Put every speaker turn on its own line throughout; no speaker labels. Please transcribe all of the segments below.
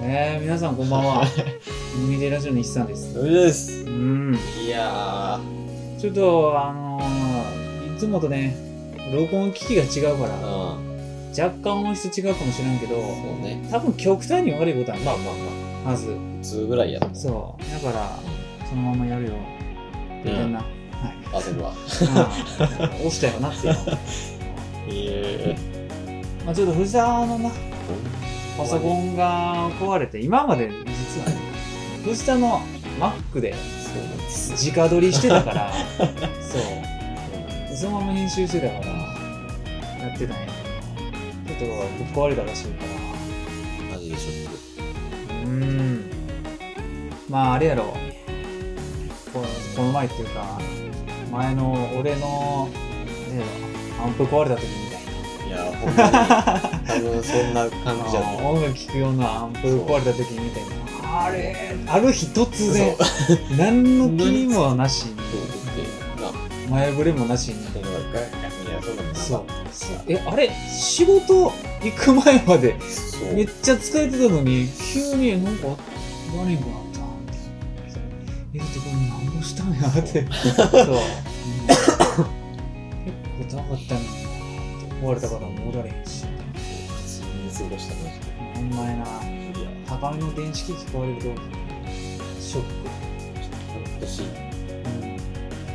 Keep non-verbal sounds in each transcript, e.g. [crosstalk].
ねえ皆さんこんばん [laughs] は海でラジオの一さんです
無理です
うん
いや
ちょっとあのーいつもとね録音機器が違うから
ーうん
若干音質違うかもしれんけど
そうね
多分極端に悪いことは
ま
な
あ
い
まあま
まず
あ普通ぐらいやと思う
そうだからそのままやるよって言ってんな、はい
焦るわ
まあ押したよな [laughs] っていうの
いえ
まあちょっと藤沢のなパソコンが壊れて今まで実はね藤沢の Mac で
そうなんです
直撮りしてたから [laughs] そうそのまま編集してたからやってたんやけどちょっと壊れたらしいか
マジでショッ
らうーんまああれやろこのこの前っていうか前の俺のねアンプ壊れた時みたいな
クいやーほんまに多分そんな感じじゃ
あ
ない
ー音楽聴くようなアンプ壊れた時みたいなあれある日突然
そう
何の気にもなしに
そうってな
前触れもなしに
そんなガンガンいやそんなことなかった
そうえあれ仕事行く前まで
そう
めっちゃ疲れてたのに急になんかバレんくなったってえだってこれ何もしたんやってそう、うん結構高かったのにって壊れたから戻れへんし
普通に過ごしたマジで
ほんまやない
や
高めの電子機器壊れるとショック、
半年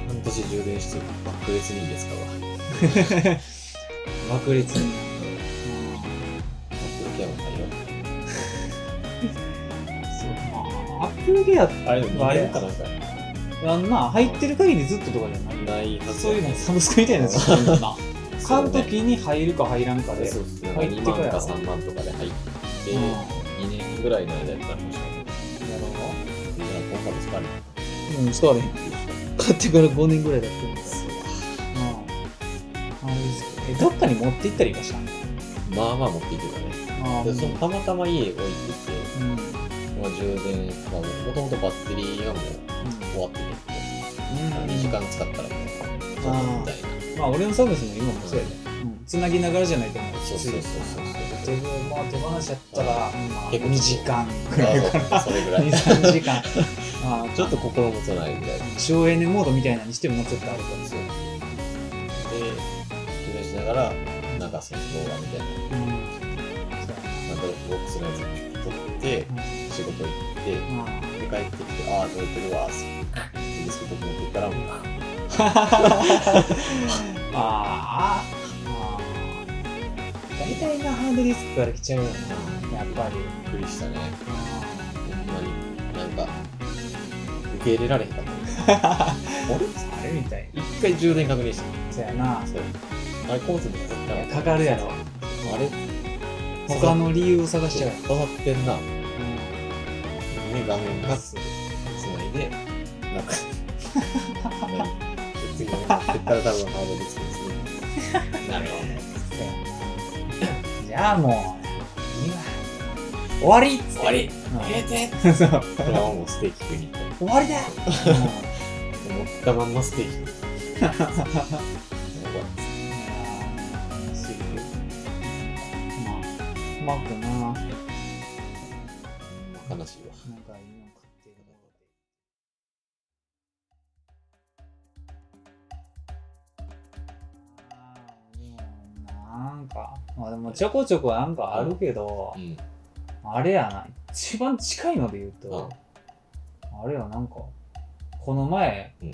半年充電して爆裂にいいですかわ
爆裂に
アップルケアもないよ
そうまあアップルギア
あれでも
あ
2
れ
年かなんか
はな入ってる限りずっととかじゃない
ないはず
そういうのサブスクみたいなやつしてるもんな
そ
買
う
う
ね
時に入るか入らんかで
そううですね
入って
2
くやろ
万か3万とかで入って
んや
2年ぐらいの間やったらもしかしたら
ろ
今回も疲れて
ううん使われへん買ってから5年ぐらいだってるんですうんあれですけどえどっかに持って行ったりはしたん
まあまあ持っていけたね
あ
でそのたまたま家置いてて、
うんうん
まあ、充電まあもともとバッテリーがもう終わってて、2時間使ったらもうちょっとみたいな
まあ俺のサービスも今もそうやで、うん、つなぎながらじゃないと思う
そうそうそうそう
手
そう
ぶまあ手放しちゃったら、まあ、
結構
2時間くらいか
あそうそれぐ
[laughs]
らい
23時間まあ
ちょっと心もとないぐらい
省エネモードみたいなのにしてももうちょっとあるから
そうで充電しながらなんかその動画みたいな
うん
なんかボックスのやつ撮って仕事行って
ま
で帰ってきて、ああ、撮れてるわ、そう。ですけど、僕持ってったら、もう、
あああ大体なハードディスクから来ちゃうよなやっぱり
びっくりしたね。ほんまに、なんか、受け入れられへんかった。あれ
あれみたい
一回充電確認した。
そうやな
そう。あれ、コースに刺さった
いや
ら、
かかるやろ
あれ
他の理由を探しち
刺
ゃう
さってんな。ね、画面がつないで、なんか、 [laughs] ね次の持ってったら多分ハードディスクですね。なるほ
じゃあもういいわ終わりっつって
終わり入れ
てそう
ど。これはもうステーキ食いに行っ
終わりだ
た。持ったまんまステーキ。やばい
まあ、うまくななんか
悲しい
いい
わ。
の買ってるなんかまあでもちょこちょこなんかあるけど、
うん。
あれやな一番近いので言うと、
うん
あれはなんか、この前、
うん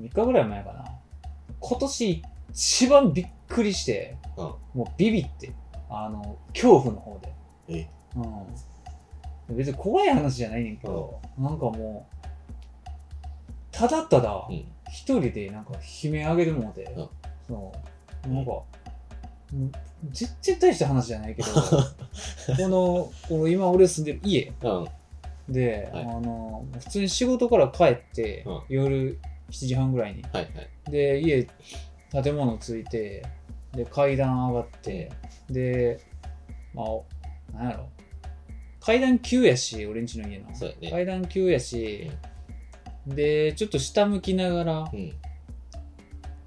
3日ぐらい前かな。今年一番びっくりして、
うん
もうビビって、あの、恐怖の方で。
え
うん、別に怖い話じゃないねんけど、なんかもう、ただただ
うん。
一人でなんか悲鳴上げてもうて、
うん
そうなんか、うん絶対大した話じゃないけ
[laughs]
ど、この、この今俺住んでる家、
うん。
で、
はい
あの普通に仕事から帰って、
うん
夜7時半ぐらいに
はいはい。
で家建物ついてで階段上がってでまあなんやろ階段急やし俺んちの家の
そうやね。
階段急やし、でちょっと下向きながら
うん。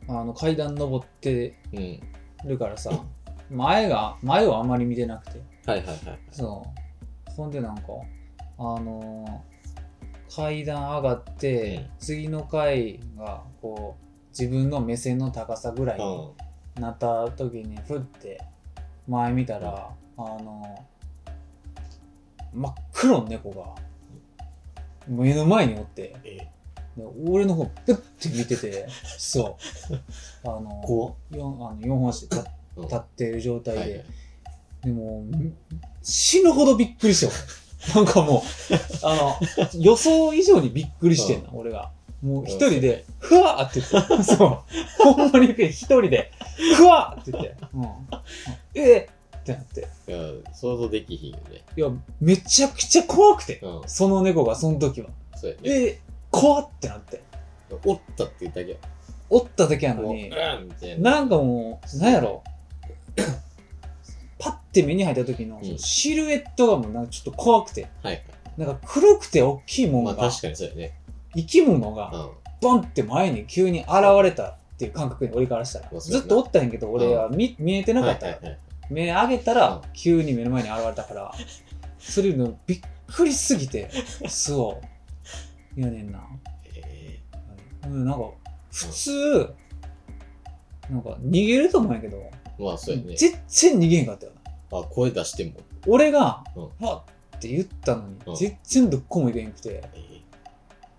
あの階段登って
うん。
るからさ前が前をあまり見てなくて
はいはいはい。
そうほんでなんかあのー階段上がって、
うん
次の階がこう自分の目線の高さぐらいに
う
なった時にふって前見たら、あのー真っ黒の猫が目の前におって
ん。え、
で俺の方プッて見てて
[laughs]
そうあのー
こ
四あの4本足で立
う
立ってる状態で。
はいはい
でも、ん死ぬほどびっくり [laughs] したよ。なんかもう、あの、予想以上にびっくりしてんな、俺が。もう一人で、ふわーって [laughs] 言って、そう。ほんまにびっくり一人で、ふわーって言って、うん。 [laughs] えーってなって。
いや、想像できひんよね。
いや、めちゃくちゃ怖くて。
うん。
その猫が、その時は。
そうや
え
ね。
ー、怖ってなって。
おったって言っただけや。
おっただけやの
こう、
に、
うんみたいな。
なんかもう、なんや [laughs] ろ。パッて目に入った時の
うん
シルエットがもうなんかちょっと怖くて。
はい。
なんか黒くて大きいも
ま
の
あ
が、
確かにそうやね。
生き物
うん。
が
は
ボンって前に急に現れたっていう感覚に俺からしたら
そうそう
ずっとおったんやけど俺は見,、見えて
い
なか
は
った、
いはい。
目上げたら
う
急に目の前に現れたからそれのびっくりすぎ
[laughs]
てそうやねんな
え
うんなんか普通なんか逃げると思うんやけど、
ーまあそうやね。
全然逃げへんかったよな
あ、声出しても。
俺が
うん
「わっ!」って言ったのに
うん
全然どっこも行けへんくて
えー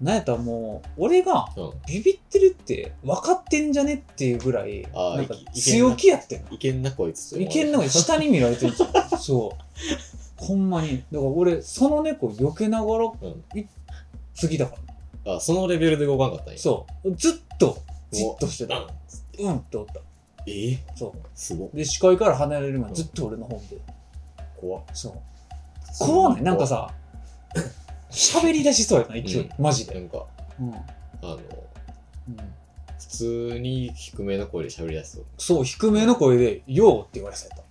なんやったらもう俺が
うん。
ビビってるって分かってんじゃねっていうぐらい
あー
なんか
いけいけんな
強気やってん
いけんな、こいつ。
いけんのに下に見られてるじゃんそうほんまにだから俺その猫避けながら
うん。
次だから
あ、そのレベルで動かんかったんや。
そうずっと
う
じっとして
うん
たうんっておった
えー
そ
すごっ
う。で視界から離れるまでずっと俺の方で
怖っ
そう怖ないなんか、さ喋り出しそうやな勢い、
うん
マジ
な
で
んか、
うん、
あの、
うん、
普通に低めの声で喋り出す
そう低めの声で「よう」って言われそうやっ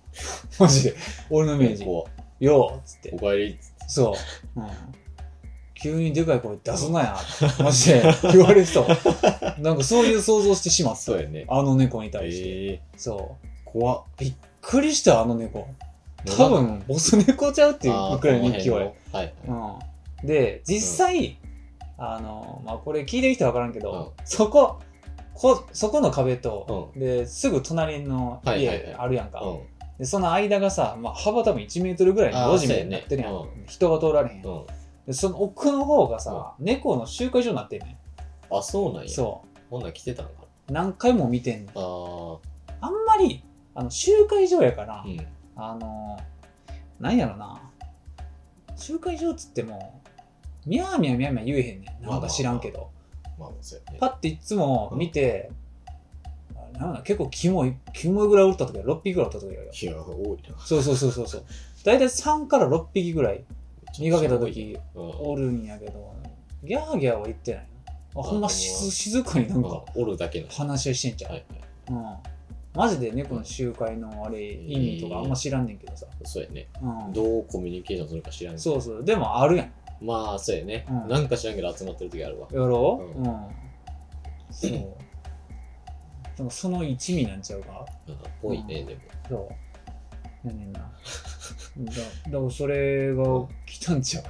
たマジで俺のイ
と。
メージ
怖っ
「よう」っつって
おかえりっつって。
そう。うん、急にでかい声出すなや、マジで言われそう。なんかそういう想像してしまった。
そうやね。
あの猫に対して。
ええ
そう。
怖っ。
苦りしたあの猫。多分、オス猫ちゃうっていうくらいの勢い。
あーこの辺のはい。
うん、で、実際、あの、まあ、これ聞いてる人は分からんけど、
う
そこ、こそこの壁と、
う
ですぐ隣の
はいはいはい
家あるやんか、
うん。
でその間がさ、まあ、幅多分1メートルぐらいの路地みたいになってるやん
あーそうやね
人が通られへん、
うん。
でその奥の方がさ、猫の集会所になってんね
あ、そうなんや。
そ
ほんなん来てたのかな。
う何回も見てんねん
あー
あんまりあの集会所やから、
うん。
あのなんやろな集会所っつってもミャーミャーミャーミャー言えへんねんなんか知らんけど、
まあ、そうやね。
パッていつも見て、あなんだ結構キモいキモいぐらいおった時は6匹ぐらいおった時やよ
いや、多いな。
そうそうそうそうそう大体3から6匹ぐらい見かけた時
うん、お
おるんやけどギャーギャーは言ってないなあほんま静静かになんか
おるだけの。
話ししてんちゃう、
はいはい。
うん、マジで猫の集会のあれ意味とかあんま知らんねんけどさ、
そうやね。
うん、
どうコミュニケーションするか知らんけど
そうそうでもあるやんや
まあ、そうやね。
うん
なんか知らんけど集まってる時あるわ。
ろう、
うん
そうでもその一味なんちゃうか
うんぽいね、でも。
そうやねんなだだからそれが来たんちゃう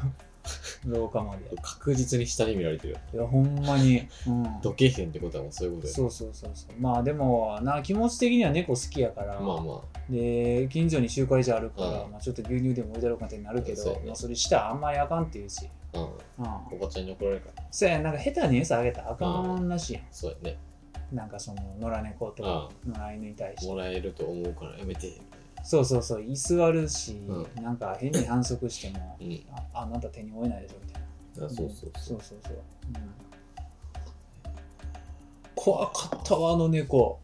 廊下まで
確実に下に見られてるよ。
いやほんまに、うん、
どけへんってことはもうそういうことやね。
そうそうそうそうまあでもな気持ち的には猫好きやから、
まあまあ、
で近所に集会所あるから、
うん
まあ、ちょっと牛乳でも置いてあろうかってなるけ
そう
ど
や、ね
まあ、それしたらあんまりあかんって言うし、
うん。
うん、
おばちゃんに怒られるから。
そうやなんか下手に餌あげたらあかんらしいやん、
そうやね。
なんかその野良猫とか
う
野良犬に対し
ん。
て
もらえると思うからやめて。み
そうそうそう居座るし、
う
なんか変に反則しても
たい
ああなた手に負えないでしょみたいな
なうん。あそうそうそ
そうう。そうそう、うん、怖かったわあの猫、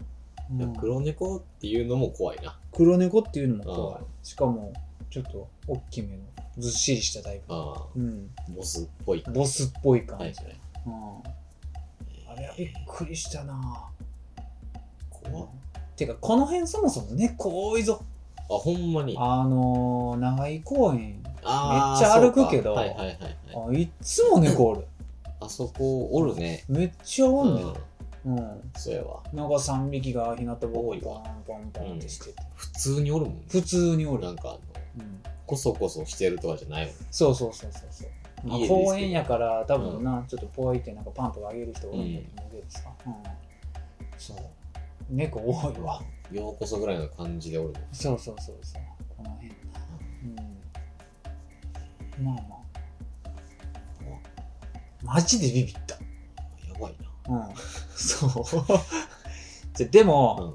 いや
うん
黒猫っていうのも怖いな。
黒猫っていうのも怖い、
うん
しかもちょっと大きめのずっしりしたタイプ、
ああ、
うん、
ボスっぽい。
ボスっぽい感じ、
はいはい。
うん、あれはびっくりしたな
怖っ
てかこの辺そもそも猫多いぞ
あ、ほんまに。
あのー、長井公園
あ
めっ
ー
ちゃ
そうか
歩くけど
はいはいはいはい。
あいっつも
[laughs]
猫おる
あそこおるね。
めっちゃおんね
うん
ん、うん、
そうやわ。
なんか3匹が日向ぼっこに
多
ポ
いわ
ンポンポンってしてて、
普通におるもんね。
普通におる
な、んかあの、
うん
こそこそしてるとかじゃないもんね。
そうそうそうそうそう。まあ
家ですけど
公園やから多分な、ちょっとポイってなんかパンとかあげる人多いんだと思うけどさ、うんそう猫多いわ
ようこそぐらいの感じでおるもん。
そうそうそうそうこの辺なうんまあまあマジでビビった
やばいな。
うん [laughs] そうじゃでも、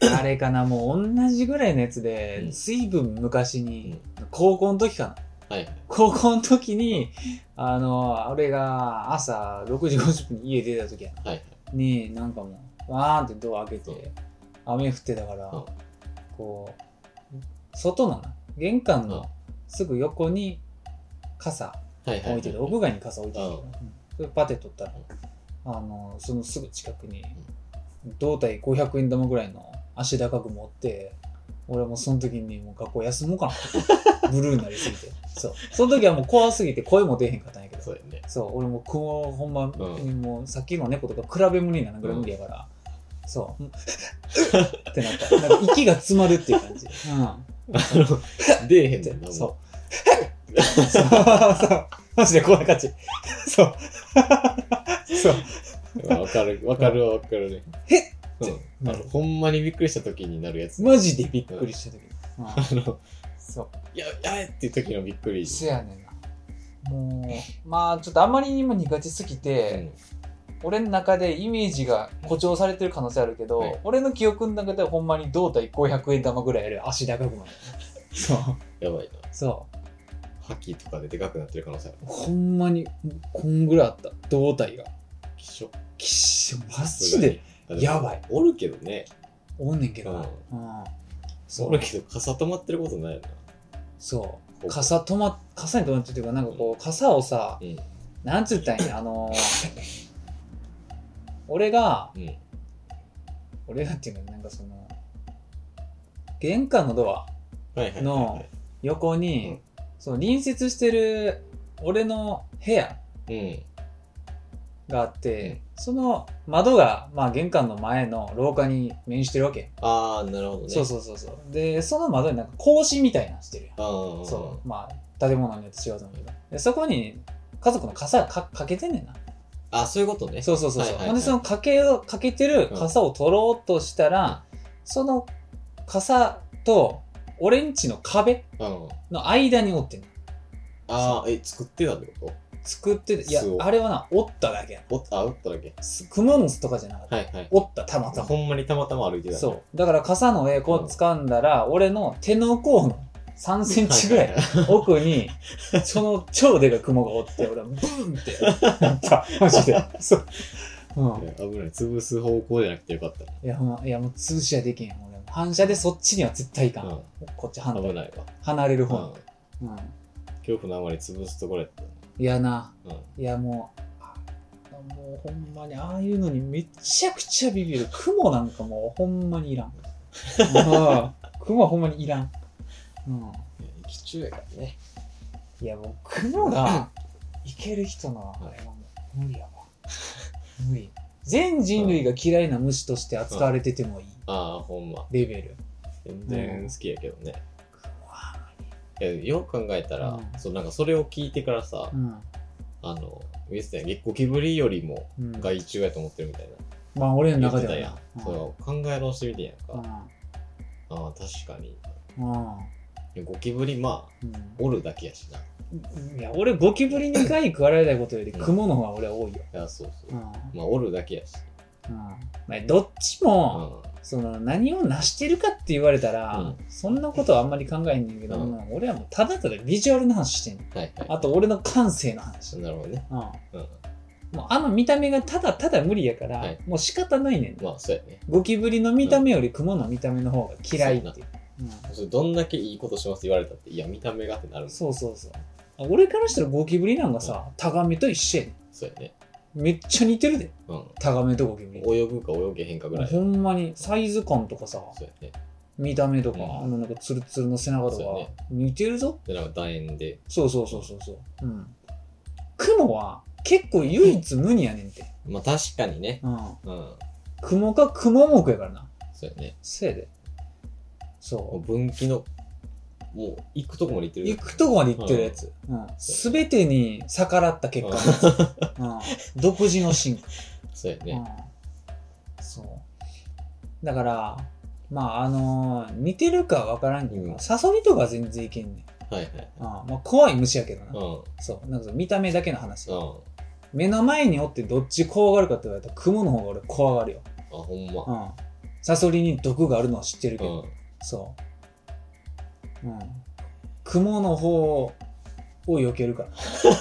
うん。
あれかなもう同じぐらいのやつで、
うん
随分昔に、高校の時かな
はい。
高校の時に、あの、俺が朝6時50分に家出た時やな
はい。
に、なんかもう、わーんってドア開けて、雨降ってたから
うん、
こう、外のな、玄関のすぐ横に傘
はい。はい。
置いてる、屋外に傘置いてる。うんそれパテ取ったら、あの、そのすぐ近くに、胴体500円玉ぐらいの足高く持って、俺はもうその時にもう学校休もうか [laughs] な。ブルーになりすぎて。そう。その時はもう怖すぎて声も出へんかったんやけど。
そうやね。 [laughs]
そう、俺も雲、ほんま、
う
もうさっきの猫とか比べ物にならんぐらい無理やから、そう、 [laughs] うんってなった。なんか息が詰まるっていう感じ。う
あの、出えへん
ん。
ね
で
んな、
そう
も。
そう [laughs] そう。マジでこんな感じ。そう。そう。
う。わかる、わかるわかるね。
へっ
うん。あの、ほんまにびっくりした時になるやつ。
マジでびっくりした時。うん
あの、
そ
や、やえっていう時のびっくり。
う。せやねんな。もう、まあちょっとあまりにも苦手すぎて、俺の中でイメージが誇張されてる可能性あるけど、
はい
俺の記憶の中ではほんまに胴体500円玉ぐらいある足高くなるそう
うん。やばいな。
そう
覇気とかででかくなってる可能性ある。
ほんまにこんぐらいあった胴体が
きしょ。
きっしょマジでやばい。
おるけどね。
おんねんけどな、
う
うんそ
おる
う
けど、傘止まってることないよな。
そう傘止まっ傘に止まってるっていうかなんかこう傘をさ
うん。
なんつったんやあのー俺が
うん。
俺がっていうのはなんかその玄関のドア
はいはい。
の、横に、
うん
その隣接してる俺の部屋
うん。
があって、その窓が、まあ、玄関の前の廊下に面してるわけ、
ああ、なるほどね。
そうそうそうそうでその窓になんか格子みたいなのしてるやん、
ああ。
そうまあ建物によって違うと思うけどでそこに家族の傘がかかけてんねんな
あ、そういうことね。
そうそうそうそう、
はいはいはい
ほんでそのかけをかけてる傘を取ろうとしたら、その傘と俺んちの壁
うん。
の間におってんの
ああ、え、作ってたってこ
作ってていや
そう
あれはな折っただけや
とおあ、打っただけ。
すクモの巣とかじゃなかった、
はいはい。
折ったたまたま、
ほんまにたまたま歩いてた。
そうだから傘の上こう掴んだら、俺の手の甲の3センチぐらい
はは
奥にその超でかい雲がおって俺はブーンってなったマジでそう、う
い
ん、
や危ない。潰す方向じゃなくてよかった。
いやもういやもう通しはできへん俺反射でそっちには絶対いかん、
うん
こっち反
危
対
ないわ。
離れる
う
方に
ん、
うん
恐怖のあまり潰すところやったね。
いやな
うん。
いやもうあもうほんまにああいうのにめちゃくちゃビビる雲なんかもうほんまに
[laughs]
いらんうん雲はほんまにいらん、うん、
いや駅中やからね。
いやもう雲がいける人のあれはもう無理やわ無理全人類が嫌いな虫として扱われててもいい
ああ、ほんま。
レベル
全然好きやけどね。
雲は、
いやよく考えたら、
うん
そうなんかそれを聞いてからさ、
うん
あの、言ってたやん、ゴキブリよりも
うん、
害虫やと思ってるみたいな。
まあ俺の
言っ
中
て
で
た
は
や。
なん
そう考え直してみてんやん
うん
か。ああ、確かに。
うん
ゴキブリ、まあ、
う
おるだけやしな。い
んいや俺ゴキブリに害食われたいことより雲の方が俺は多いよ、
や、そうそ
うん
う。
うん
まあ、おるだけやし。
まあ、どっち
う
も、
ん。
その何を成してるかって言われたら、
うん
そんなことはあんまり考えへんねんけど、
うん
もう俺はもうただただビジュアルの話してんねん
はいはい。
あと俺の感性の話
なるほどね。
うん、
うん。
もうあの見た目がただただ無理やから、
はい
もう仕方ないねん、
まあ、そうやね。
ゴキブリの見た目よりクモの見た目の方が嫌いっていう、
それどんだけいいことしますって言われたって、いや、見た目がってな
うん
る
ん
だ。
そうそうそう俺からしたらゴキブリなんかさ、タガメと一緒やで
そうやね。
めっちゃ似てるで
うん。
タガメとゴキブリ
泳ぐか泳げへんかぐらい。
ほ
そうん
まにサイズ感とかさ
やね。
見た目とか、
うん
あのなんかツルツルの背中とか、
そうやね
似てるぞ
で、なんか楕円で。
そうそうそうそうそううんクモは結構唯一無二やねんて、
まあ、確かにね。
うん、
うん。
クモかクモ目やからな
そうやね。
せいで
もう
そ
分岐の
う、
もう行くとこまで行ってる。
行くとこまで行ってるやつ。す、べ、てに逆らった結果のやつ。
[laughs]
うん独自の進化。
そうやね。
うんそう。だから、まあ、あのー似てるかわからんけど、
うん
サソリとか全然いけんねん。
はいはい。
うんまあ、怖い虫やけど
う
な。
ん。
そう。なんかその見た目だけの話。
うん。
目の前におってどっち怖がるかって言われたら、クモの方が俺怖がるよ。
あ、ほんま。
うん。サソリに毒があるのは知ってるけ
う
ど。
ん。
そう。うん。雲の方を避ける
[laughs]
か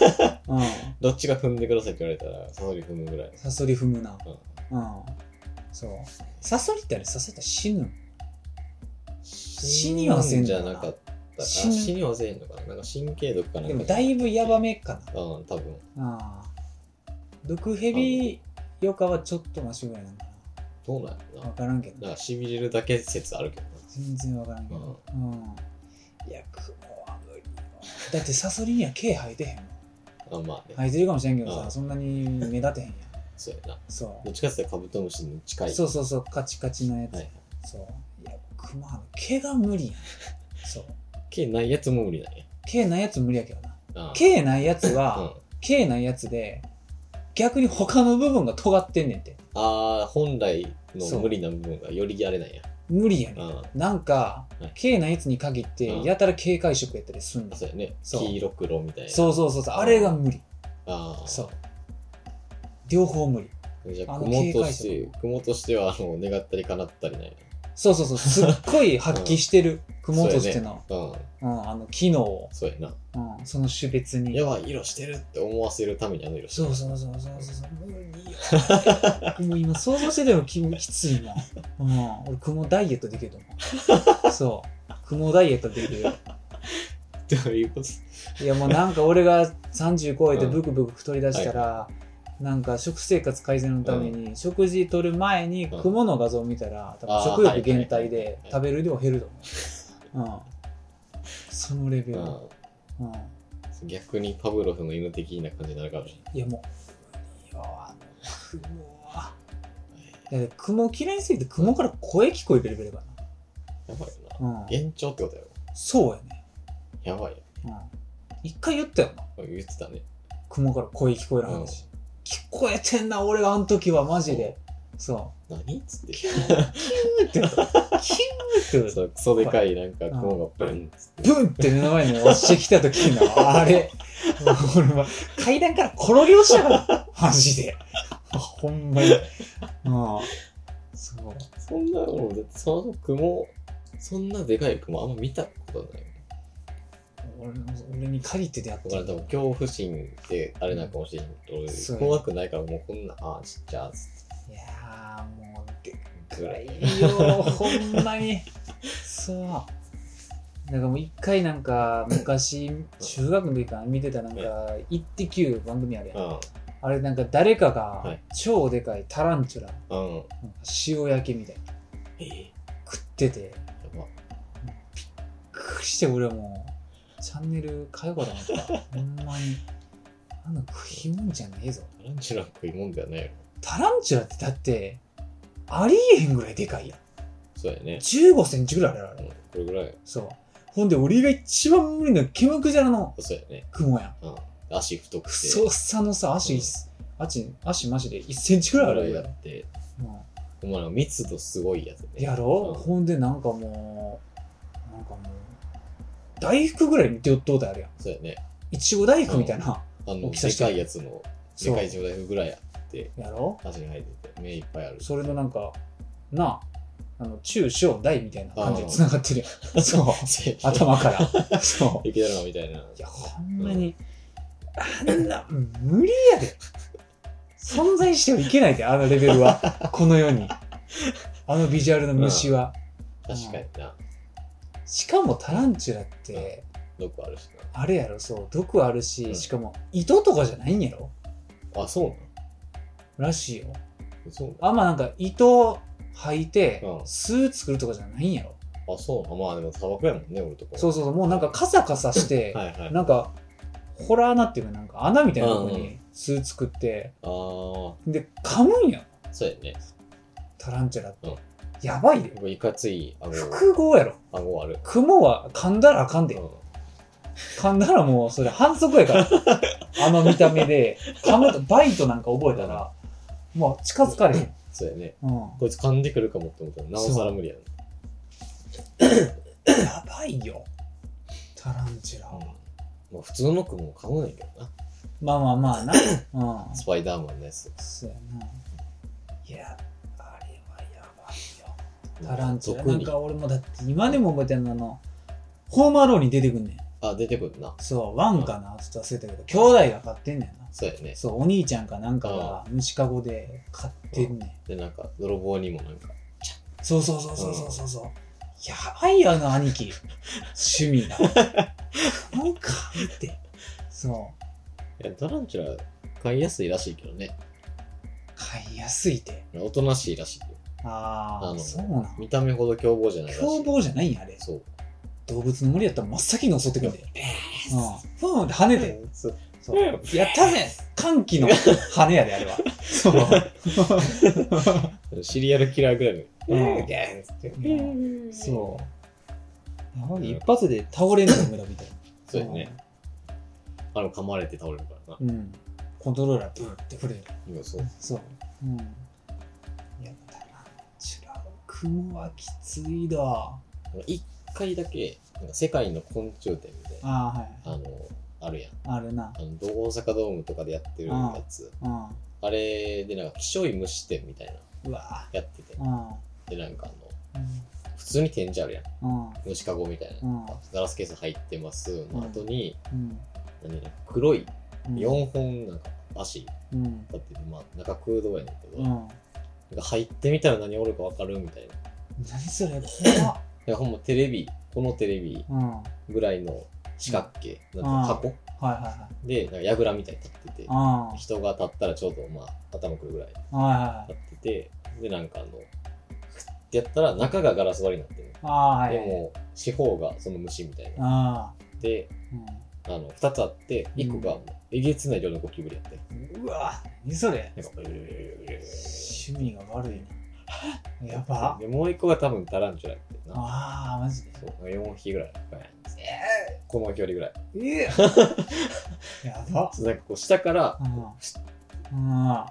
ら。うん。
どっちが踏んでくださいって言われたら、サソリ踏むぐらい。
サソリ踏むな。
うん。
うん。そう。サソリってあれ、刺されたら死ぬ。
死
にはせん
じ
の
ゃ
かな
なかった。あ
死ぬ
死にはせんのかななんか神経毒かなんか。
でも、だいぶヤバめか
うん、多分。
な。ああ。毒蛇よかはちょっとマシぐらいなのか
どうなんや
な。
ろ
わ
な。
からんけど
なん。か痺れるだけ説あるけどな。
全然わからんけど。うん。いや、雲は無理よ。だってサソリには毛生えてへんもん。
あまあね、
生えてるかもしれんけど
う
さ、
ん
そんなに目立てへんやん。
そうやな。
そう。
どっちかっていうとカブトムシに近い。
そうそうそう、カチカチのやつ。
はいはい。
そう。いや、クマの毛が無理やん。そう。
毛ないやつも無理なんや。
毛ないやつ無理やけどな。
あー
毛ないやつ
う
は、
ん。
毛ないやつで、逆に他の部分が尖ってんねんて。
ああ、本来
そ
の
う
無理な部分がよりあれなんや。
無理やねん。
あ
なんか
はい、
毛ないやつに限って
うん、
やたら警戒色やったりすん
あ、
だ。
そうやね。
そう
黄色黒みたいな。
そうそうそうそう、あれが無理。
ああ、
そう。両方無理。
じゃ
あ
あ、
の
雲とし
警
て、雲としては、あの、願ったりかなったりなんや。
そうそうそう、すっごい発揮してる。雲としての、
うん、
うん、あの、機能を、
そうやな。
うん、その種別に。
やばい、色してるって思わせるためにあの色して
そ
る。
うそうそうそうそうそう。もういいよ。もう今想像しててもききついな。うん。俺、雲ダイエットできると思う。そう。雲ダイエットできるよ。
どういうこと
いやもうなんか俺が30超えてブクブク太り出したら、なんか食生活改善のために、食事取る前に
うん
雲の画像を見たら、多分
あー
食欲減
はい
退
はいはいはい
で食べる量減ると思う。うん。そのレベル。うん。
う逆にパブロフの犬的な感じになるかもし
いやもう、いやあの雲は。
れない。
だって雲嫌いすぎて雲から声聞こえてるレベルか
やばいよな。
な。うん。
幻聴ってことやろ。
そうやね。
やばいよ。
うん。一回言ったよな。
言ってたね。
雲から声聞こえる話。聞こえてんな、俺があの時はマジで。そ
何っつ [laughs] っ
う。
て。
キューって言った。キューって
そ
言っ
うクソでかいなんか雲がブンっつって。
た。ブンって目の前に落ちてきた時の、あれ。俺は階段から転げ落ちたから。マジで。ほんまに。うん。そう。
そんなの、だってその雲、そんなでかい雲あんま見たことない。
俺俺に限って出会っ
だ
た
から多分恐怖心ってあれなんかもしれんけど、
そう
俺
や
怖くないからもうこんな、ああ、ちっちゃーっつっ
いやーもうで
て。
っかいよほんまにそうなんかもう一回なんか昔中学の時から見てたなんか「イッテ Q!」番組あるやん
う
あれなんか誰か
は
が
い
超でかいタランチュラ
ん。うん。
なんか塩焼きみたいな
え
食っててびっ
やば。
くりして俺はもうチャンネル変えようかと思ったほんまにあんな食いもんじゃねえぞ
タランチュラ食いもんではないやろ。
タランチュラってだってありえへんぐらいでかいやん
そうや [laughs] ね。
1 5センチぐらいあるやろあ
う
れ
ん、これぐらい。
そう。ほんで、俺が一番無理なのはキムクジャラの
そうやね。
雲やん。
うん。足太くて。
ふさふさのさ、足、
うん
足、足マジで1センチくらいあるや
やっ
ろ。
て。
う
お前の密度すごいやつね。
ん、やろ、
うん
ほんで、なんかもう、なんかもう、大福ぐらいにどどうだあるやん。
そうやね。
いちご大福みたいな。
あの、
大き
で
さして
かいやつの、で
そう
かい。状態ぐらいあって、
やろ
足に入ってて、目いっぱいある。
それのなんか、なあ、あの中小大みたいな感じで繋がってる
[laughs]
やん。そう。
う
頭から。そう。
[laughs] 雪だるまみたいな。
いや、ほんまに、あんな、無理やで。存在してはいけないで、あのレベルは。この世に。あのビジュアルの虫は。
確かにな。
しかもタランチュラって、
毒あるし
あれやろ、そう、毒あるし、
うん
しかも、糸とかじゃないんやろ
な。あ、そうな
らしいよ。
のそう
あんまなんか、糸履いて
う、ん
巣作るとかじゃないんやろ
なのあ、そうなのまあでも砂漠やもんね、俺とこ。
そうそうそう、もうなんかカサカサして、
はいはい。
なんか、ホラー穴っていうか、なんか穴みたいなとこに巣作って、
ああ、
で、噛むんやろ
そうやね。
タランチュラって、
うん
いやばいで。
これいかつい顎、
複合やろ。
顎ある。
雲は噛んだらあかんで
う。ん
噛んだらもうそれ反則や
[laughs]
から。あの見た目で。噛むと、バイトなんか覚えたら、もう近づかれへん。
そうやね。 [laughs]
うん。
こいつ噛んでくるかもって思ったら、なおさら無理やね。
やばいよ。タランチュラ
うん。まあ普通の雲も噛むねんけどな。
まあまあまあな。うん。
スパイダーマンのやつ。
そうやな。いや、あれはやばいよ。タランチュラ。
特
なん
に
か俺もだって今でも覚えてるのあの、ホームアローンに出てくんねん。
あ、出てくるな。
そう、ワンかなちょっと忘れたけど、兄弟が飼ってんねんな。
そうやね。
そう、お兄ちゃんかなんかが虫かごで飼ってんねん。
で、なんか、泥棒にもなんか、
そうそうそうそうそうそうそう。やばいよ、あの兄貴。趣味が。なんか、って。そう。
いやタランチュラ飼いやすいらしいけどね。
飼いやすいて。
おとなしいらしいよ。
あ
あ
あ、
の
そうなの。
見た目ほど凶暴じゃないらしい。
凶暴じゃないんや、あれ。
そう。
動物の森やったら真っ先に襲ってくるで。うん。ふーんって跳ねて。
そう
そう。やったぜ歓喜の羽やで、あれ
[laughs]
は。そう。
シリアルキラーぐらいの。
うん
うんゲーンって
うんそう。やばい、一発で倒れんの村みたいな。
そうやね。あの、噛まれて倒れるからな。
うん。コントローラーブーって触れる。
今そう。
そう。うん。やったな。チュラ雲はきついだ。あ
一回だけ、なんか世界の昆虫展みたい
あ、
な、
はい。
あの、あるやん。
あるな。
あのど大阪ドームとかでやってるやつ。
うん。
あれでなんか、希少い虫展みたいな、
うわ
やってて
ぁ。。うん。
で、なんかあの、普通に展示あるやん。
うん。
虫かごみたいな。
うん
ガラスケース入ってます。
ん
の後に、
うん。
何ね、黒い
うん。
4本なんか足立
うん。
ってて、まあ、中空洞やねんけ
う
ど、なん
ん。
か入ってみたら何おるかわかるみたいな。い
何それ怖っ。
や、ほんまテレビ、このテレビ
うん。はい
ぐらいの四角形、なんか箱
はいはい。
で、なんか櫓みたいに立ってて
う、ん。はい
人が立ったらちょうど、まあ、頭くるぐらい
はい。
立ってて、で、なんかあの、ふってやったら中がガラス割りになってる。
ああ、はい。
で、も、四方がその虫みたいな。
あ
で、
あ。
あの、二つあって、一個がもうえげつない量のゴキブリやって。
うん。うわ何それ
なんか、ブルブルブルブルブル
趣味が悪いな。 [laughs] やば。
で、もう一個が多分タランチュラやってるな。
ああ、マジで。
そう、4匹ぐらい。バーンこの距離ぐらい。
ええ
[laughs]
やば。
そうなんかこう、下から、
うん。
[laughs]
うん。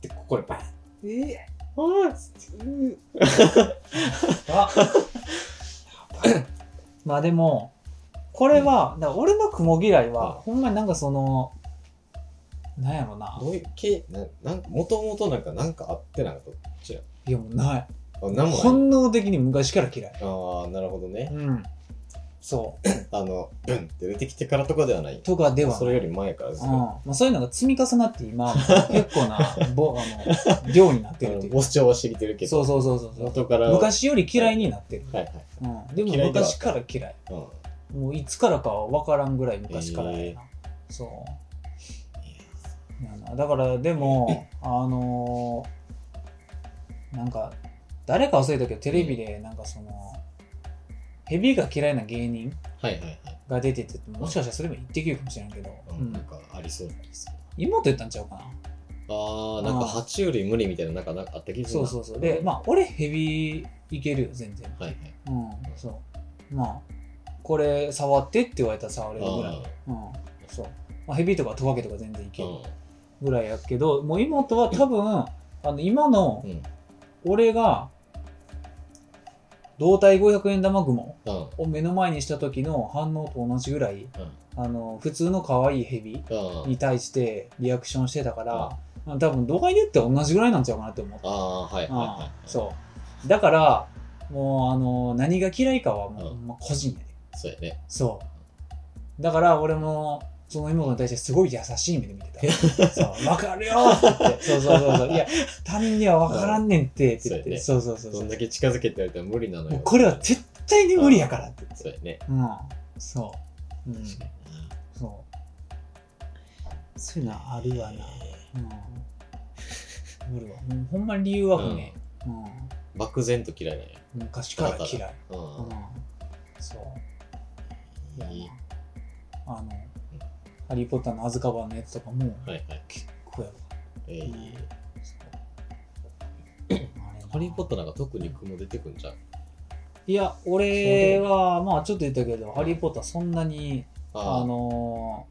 でここにバーン
ええ
おーっつってうー
あまあでも、これは、だから俺の雲嫌いは、
うん
ほんまになんかその、なんやろな。
どういう系ななんか、もともとなんか、なんかあってなんかと。違う。
いやもうない。
あ、なんもない。
本能的に昔から嫌い。
ああ、なるほどね。
うん。そう。
あの、ブンって出てきてからとかではない。
とかではない
それより前からです
うん
ね。
まあ、そういうのが積み重なって今はもう結構なぼあの量になってると
[laughs]
いう
膨張は過ぎてるけ
そ
ど。
うそうそうそうそう
元から。はい
昔より嫌いになってる、
はい。
うん、でも
嫌いでは
昔から嫌い
うん。
もういつからかは分からんぐらい昔からやな、そうやなだからでもあのーなんか誰か忘れたけどテレビでなんかその、ヘビが嫌いな芸人
はいはいはい。
が出ててもしかしたらそれも言ってきるかもしれんけど、う
うんなん
ん、
か、ありそうなんですけ
妹言ったんちゃうかな
ど。ああ、なんか、
あー
爬虫類無理みたいな、なんか、なんかあった気がする
そう
な。
そうそう。で、まあ、俺ヘビいけるよ、全然。
はいはい。
うん、そう。まあ、これ触ってって言われたら触れるぐらい。うん、そう。まあ、ヘビとかトカゲとか全然いけるぐらいやけど、もう妹は多分、あの、今の
うん。うん。
俺が、胴体500円玉雲
うん。
を目の前にした時の反応と同じぐらい、
うん
あの、普通の可愛いヘビ
うん
に対してリアクションしてたから、多分動画に出って同じぐらいなんちゃうかなって思って
ああ、はいはいはいはい。
そう。だから、もう、あの、何が嫌いかはもう、
うん
まあ個人やで。
そうやね。
そう。だから、俺も、その妹に対してすごい優しい目で見てた。 [laughs] そう、わかるよって。そうそうそうそう。いや、他人にはわからんねんって、って言って。そうそうそう
ど
そ
ん
う。
だけ近づけてやると無理なの
も
よ
う。これは絶対に無理やからって言って。
そうやね。
うん。そう。うん。
確かにな。
そう。そういうのあるわな。うん。おるわ。もうほんまに理由は不明。うん
漠然と嫌いなんや。
昔から嫌い。
う
うんん。そう。いや
いい。
なあの、ハリー・ポッターのアズカバンのやつとかも、
はいはい。
結構やばか
え
った。
ー
そうあれな
ハリー・ポッターなんか特に雲出てくんじゃん。
いや、俺は、まあちょっと言ったけど、ハリー・ポッターそんなに、あ
あ
の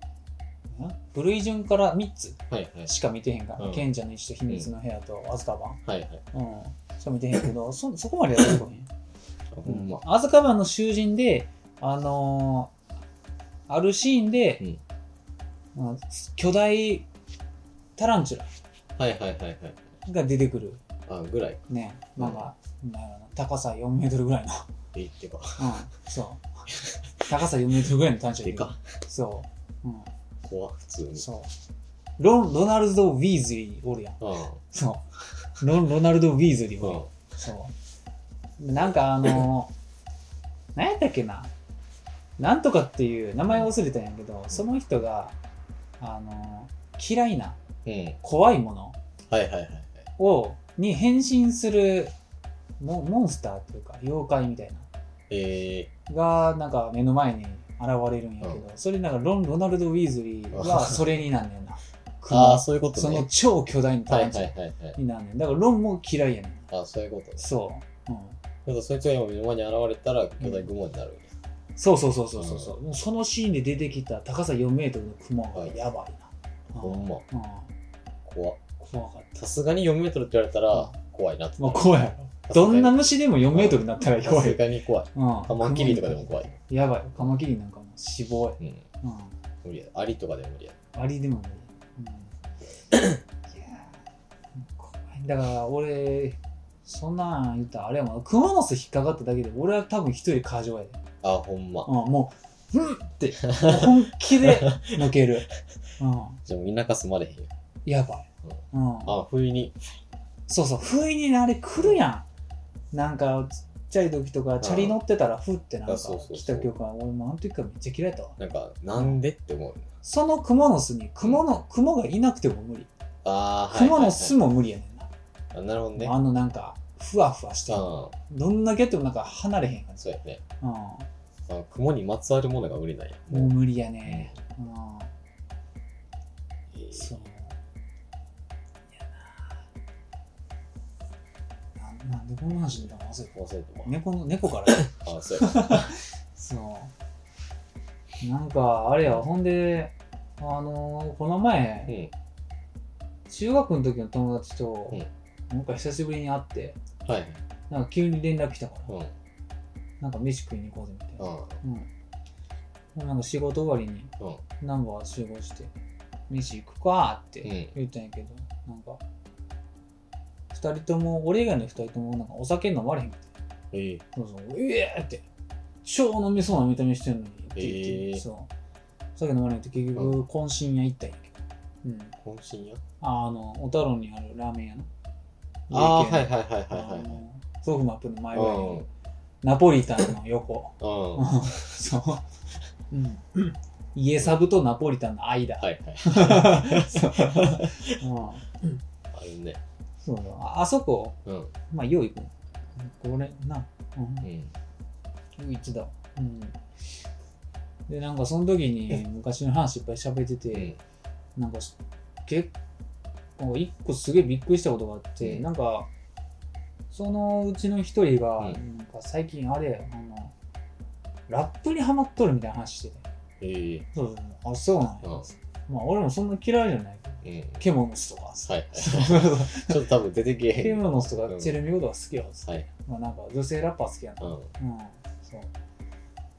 ー、ん部類順から3つ
あ、はいはい。
しか見てへんから、
うん
賢者の石と秘密の部屋とアズカバン、
はいはい。
うん、しか見てへんけ
[laughs]
ど、そそこまでやったことへん。
あほんま。
アズカバンの囚人で、あのーあるシーンで、うん巨大タランチュラ
はいはいはいはい。
が出てくる、
あぐらい。
ね、なんか、なんやろな高さ4メートルぐらいの、
え、ってか。
うん、 [laughs] そう。高さ4メートルぐらいのタランチュラ
で
出てくる
か。
そう。う
怖普通
ん、
に。
そう。ロン、ロナルド・ウィーズリーおるやん。
あ
そう。ロン、ロナルド・ウィーズリー
あ、
おるや
あ
ん。そう。なんかあの [laughs] ー、何やったっけな。なんとかっていう名前忘れたんやけど、その人が、あのー嫌いな、
うん。はい
怖いもの
はいはいはい。
を、に変身するモモンスターというか、妖怪みたい
え
な、が、なんか目の前に現れるんやけど、それなんかロン、ロナルド・ウィーズリーはそれになんねん
[laughs]
な。
ー、ああ、そういうこと
その
ね。
超巨大なタ
はい
ラ
は
ン
い
チュラ
はいはい。
になんねん。だからロンも嫌いやねん。
ああ、そういうことね。
そう。うん
だからそいつが今目の前に現れたら巨大雲になる。
そうそうそうそうそうそう、もうそのシーンで出てきた高さ4メートルの雲が
はい
やばいな、
ほん
う
ま。
ん、
怖
怖かっ
さすがに4メートルって言われたら
う
怖いなって
た、まあ、怖いやろどんな虫でも4メートルになったら
さ
怖
す
い、
がに怖い。
うん、
カマキリとかでも怖い。
やばいカマキリなんかもう死亡や、
うん。
う
無理や。アリとかでも無理や。
ん、アリでもね、うん、いやー怖いだから俺そんなん言ったらあれやもんクモの巣引っかかっただけで俺は多分一人過剰やで、
ああ、ほんま
うん、。もう「うん!」ってもう本気で抜ける、うん、
じゃあもう田舎住まれへんよ。
やばい、うん、
ああ、不意に。
そうそう、不意にあれ来るやん。なんか、ちっちゃい時とか、チャリ乗ってたら、ふってなんか
あそうそうそう
来た記憶が、俺もあの時からめっちゃ嫌いだわ。
なんか、なんでって思う。
その蜘蛛の巣に、蜘蛛の、蜘蛛がいなくても無理。
ああ、は
蜘蛛
いはいはい。
の巣も無理やねんな。
あなるほどね。
あのなんか、ふわふわして、
あ
どんだけやってもなんか離れへん感
あ、
じ。
そうやね。
うん。
あ雲にまつわるものが無理なんや。
もう
う、
無理やね。うん。
えー
そう。いやなななんでこんな話にたの忘れた。
忘れても
猫の、猫から。
[laughs] ああ、そうや。
そう。なんか、あれや、ほんで、あのーこの
う
前、
ん。
中学の時の友達と
う、
なんか久しぶりに会って、
はいはい。
なんか急に連絡来たか
う
ら、
ん。
なんか飯食いに行こうぜみたいな。
あ
うん。なんか仕事終わりに、
あ、うん。
ナンバー集合して、飯行くかーっ
う
て
ん。
言ったんやけど、なんか、二人とも、俺以外の二人とも、なんかお酒飲まれへんくて、
えー、
そうそう、うえーって、超飲みそうな見た目してんのにって言って、
えー
そう。さっき飲まれなくて結局、渾身屋行ったんやけど。うん。
渾身や
あの、小太郎にあるラーメン屋の。
ああ、
家系
はい
の
はいはいはい
あ
はいはい。
のソフマップの前ぐらいに
うん
ナポリタンの横。
うん。
う
は
んそう。うん。家サブとナポリタンの間。
いはい。
[laughs] そううん
あるね。
そうだああそこ、
うん。
まあ、よう行く。これ、な。うん
うん。
唯一だわうんでなんかその時に昔の話いっぱい喋って
う
て
ん、
なんかし結構一個すげえびっくりしたことがあって、
うん
なんかそのうちの一人が、
うん
なんか最近あれあのラップにハマっとるみたいな話してて
ええ
そうそうそうあそうなんや、
うん
まあ俺もそんな嫌いじゃないけど
うん。
ケモノスとか
[laughs] はいはい。
ケ
ちょっと多分出てけえへん。
モノスとかチェルミコとか好きやわ、
はい。
まあ、なんか女性ラッパー好きやな
う
う
ん。
ん、そ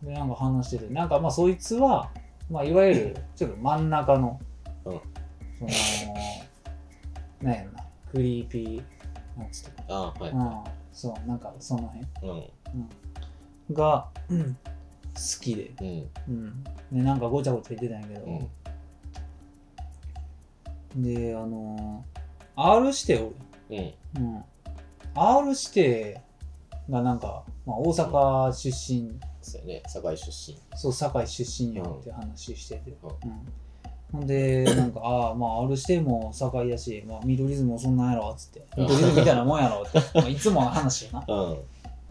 う。で、なんか話してて、なんかまあそいつは、まあいわゆ
[laughs]
る、ちょっと真ん中の、
うん
その、なんやろな、クリーピーナッツとか、
ああ、はい。
うん、そう、なんかその辺
うん。
が、うん好きで、
うん。
うん。で、なんかごちゃごちゃ言ってたんやけ
うん
ど、。で、あのー、R 指定を、
うん。
うん。R 指定がなんか、まあ大阪出身、
そうやね。堺出身。
そう、堺出身やって話してて。
う
うんほんで、なんか、ああ、まあ、あるしても堺やし、まあ、見取り図もそんなんやろ、つって。
うん
見取り図みたいなもんやろ、 [laughs] って。まあ、いつもの話やな。
うん。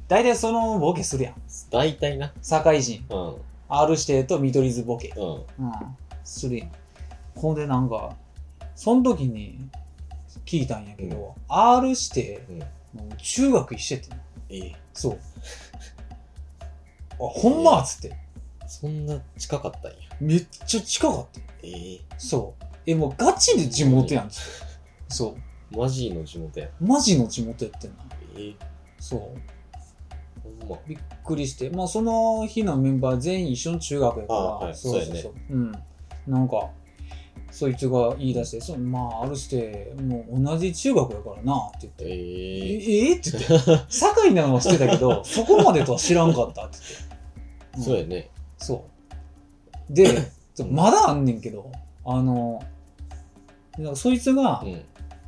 大体そのボケするやん。
大体な。
堺人、
うん。
R してと見取り図ボケ。
うん。
うん。するやん。ほんで、なんか、その時に聞いたんやけど、R して
うん
もう中学一緒やってん
ええ
そう。あ、ほんまっつって。
そんな近かったんや。
めっちゃ近かったよ。
ええ
そう。え、もうガチで地元やんっつって。そう。
マジの地元やん。
マジの地元やってんな。
ええ
そう。
ほんま。
びっくりして。まあ、その日のメンバー全員一緒の中学やから。
あはい
そう
そ
そう
うや
そう
ね
うん。なんか、そいつが言い出して、そうまあ、あるして、もう同じ中学やからな、って言って。え
ええ
えって言って。堺なのは知ってたけ
[laughs]
ど、そこまでとは知らんかったって言って。ん
そうやね。
そう。で、ちょ
うん
まだあんねんけど、あの、なんかそいつが、
う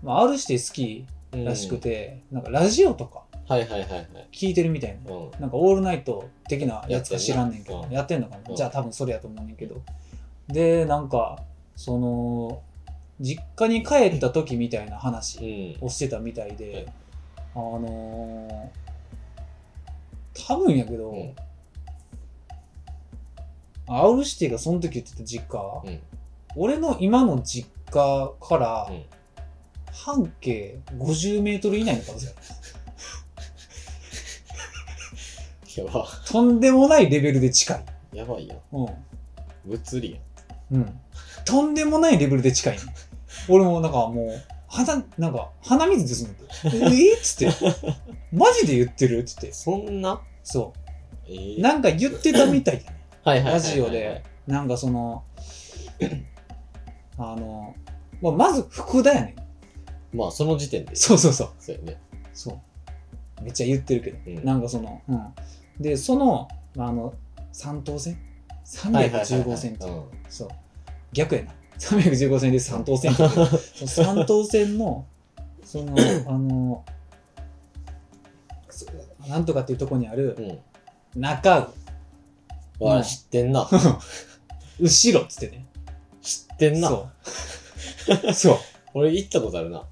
まあ、R して好き
ん。
らしく。て、なんかラジオとか
はいはいはいはい。
聞いてるみたいな。
うん。
なんかオールナイト的なやつか知らんねんけ
やって
ど
ん、な
やってんのか
う
な。
ん
じゃあ多分それやと思うねんけど。で、なんか、その、実家に帰った時みたいな話
うん。
をしてたみたいで、あのー多分やけど、
うん
アウルシティがその時言ってた実家は、
うん
俺の今の実家から
うん
半径50メートル以内の可能性ある
やば。
とんでもないレベルで近い。
やばいやん。
うん。
物理や
う
ん。
ん。とんでもないレベルで近いね。俺もなんかもう、鼻、なんか鼻水ですね。えっつって。マジで言ってるっつって。
そんな
そう。
ええ
なんか言ってたみたいだね。
はいはいはいはいはい。
ラジオで。なんかその、あの、まあ、まず福田やねん。
まあ、その時点で。
そうそうそう。
そうやね。
そう。めっちゃ言ってるけど。
うん
なんかその、うん。で、その、まあ、あの、三等線
はいはいはいはい
?315 線っていう。
うん
そう。逆やな。315線で三等線っていう。
[laughs]
その三等線の、その、あの、そなんとかっていうとこにある、
うん。
中
わ
うん
あ、知ってんな。
尾、後ろっつってね。
知ってんな。
そう。 [laughs] そう。
俺行ったことあるな。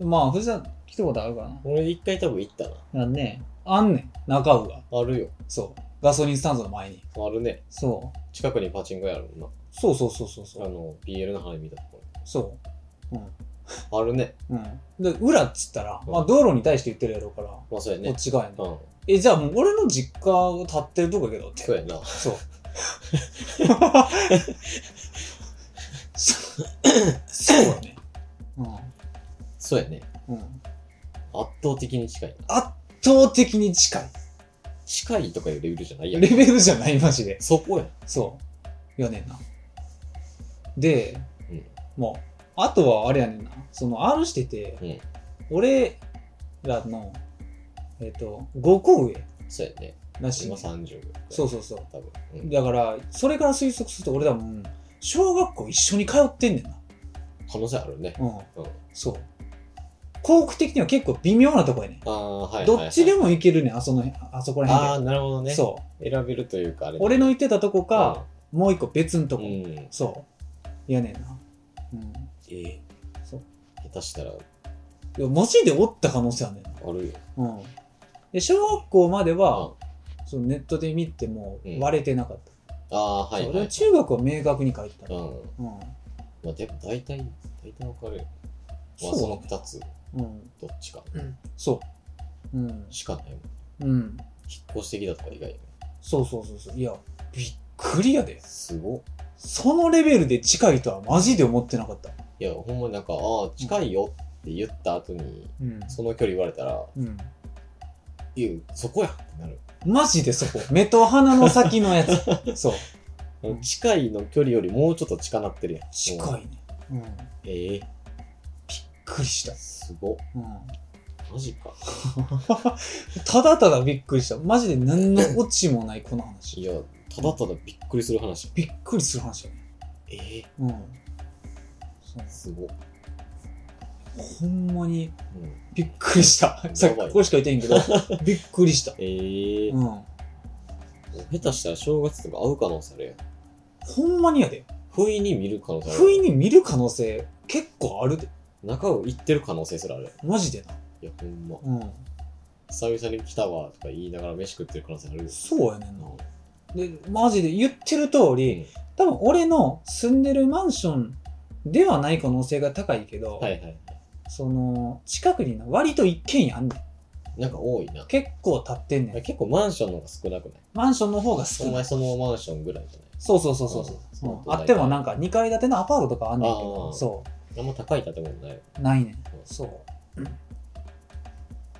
まあ、藤田来たことあるから
俺一回多分行ったな。
な。なんね、あんねん、中尾が。
あるよ。
そう。ガソリンスタンドの前に。
あるね。
そう。
近くにパチンコ屋あるもん
そうそうそうそう
な。
そ
あ
う。
の、BL の花見たとこ
そ
ろ。あるね。
う。うん。で、裏っつったら、まあ、道路に対して言ってるやろうから、こ
まあ、そうや
っ
ね。
ち側やね。
うんん。
え、じゃあもう俺の実家を建ってるとこやけど
[laughs]
って。
そうやな。
そう。そうそうやね。
そうやね。
うん。うん。
圧倒的に近いな。
圧倒的に近い。
近いとかいうレベルじゃないや
レ
ん。
ベルじゃない、マジで。
そこやん。
そう。やねんな。で、
うん
もう、あとはあれやねんな。その、R してて、
うん
俺らの、えっ、と、5個上
そうやね。
らしい、
今
ね。
30ぐらい。。
そううそうそう。
多分。うん
だから、それから推測すると俺多分、小学校一緒に通ってんねんな。
可能性あるね。
うん。
うん。
そう。校区的には結構微妙なとこやねん。
ああ、はいはいはい。
どっちで
も。
も行けるねん、あその辺、あそこら
あ
辺
あ、なるほど
で。
ね。う。
そう。
選べるというか、あれだね。
俺の行ってたとこか、もう一個別のと
う
こ。
ん。うん。
そう。やねんな。うん。
ええ。
そう。
下手したら、あ
いや、マジでおった可能性あんねんな。
るよ。
うん。で、小学校までは
あ、
そのネットで見ても
うん
割れてなかった。
あー、はい
そう
は。
俺はい中学は明確に書いてた。
う
うん。
ん。まあ、でも大体、大体わかるよ。まあ、そ
そ
の
う
二つ、
だね。うん。
どっちか。
そう。うん。
しかないもん。
うん。
引っ越してきたとか以外。
そうそうそうそう。いや、びっくりやで。
すごっ。
そのレベルで近いとはマジで思ってなかった。
いや、ほんまになんか、ああ、近いよって言った後に、
うん。
その距離言われたら、
うん。
いや、そこやってなる。
マジでそこ。目と鼻の先のや [laughs] つ。そう。うん
近いの距離よりもうちょっと近なってるやん。
近
もう。
いね。うん。びっ
ええ
くりした。
すごっ。
うん。
マジか。
ただただびっくりした。マジで何のオチもないこの
い
話。
や、ただただびっくりする話や。
びっくりする話やね。
ええ
うん。そう
すごっ。
ほんまに
うん、
びっくりした。さっきここしか言ってへんけ [laughs] ど、びっくりした。
ええ
うん。ほ
下手したら正月とか会う可能性あるやん。
んまにやで。
不意に見る可能性ある。
不意。に見る可能性結構あるで。
中を行ってる可能性すらあるやん。
マジでな。
いや、ほんま。
うん。
久々に来たわとか言いながら飯食ってる可能性あるよ。
そうやねんな。で、マジで言ってる通り、多分俺の住んでるマンションではない可能性が高いけど、
はいはいはい。
その、近くにな割と一軒家あんねん。
なんか多いな。
結構建ってんねん。
結構マンションの方が少なくない
マンションの方が
お
少な
前
い。
そのマンションぐらいじゃない
そうそうそうそう。
うん
うんあってもなんか2階建てのアパートとかあんねんけ
あ
ど、
ー
そ
あんま高い建物ないよ。
う。ないねん。そう。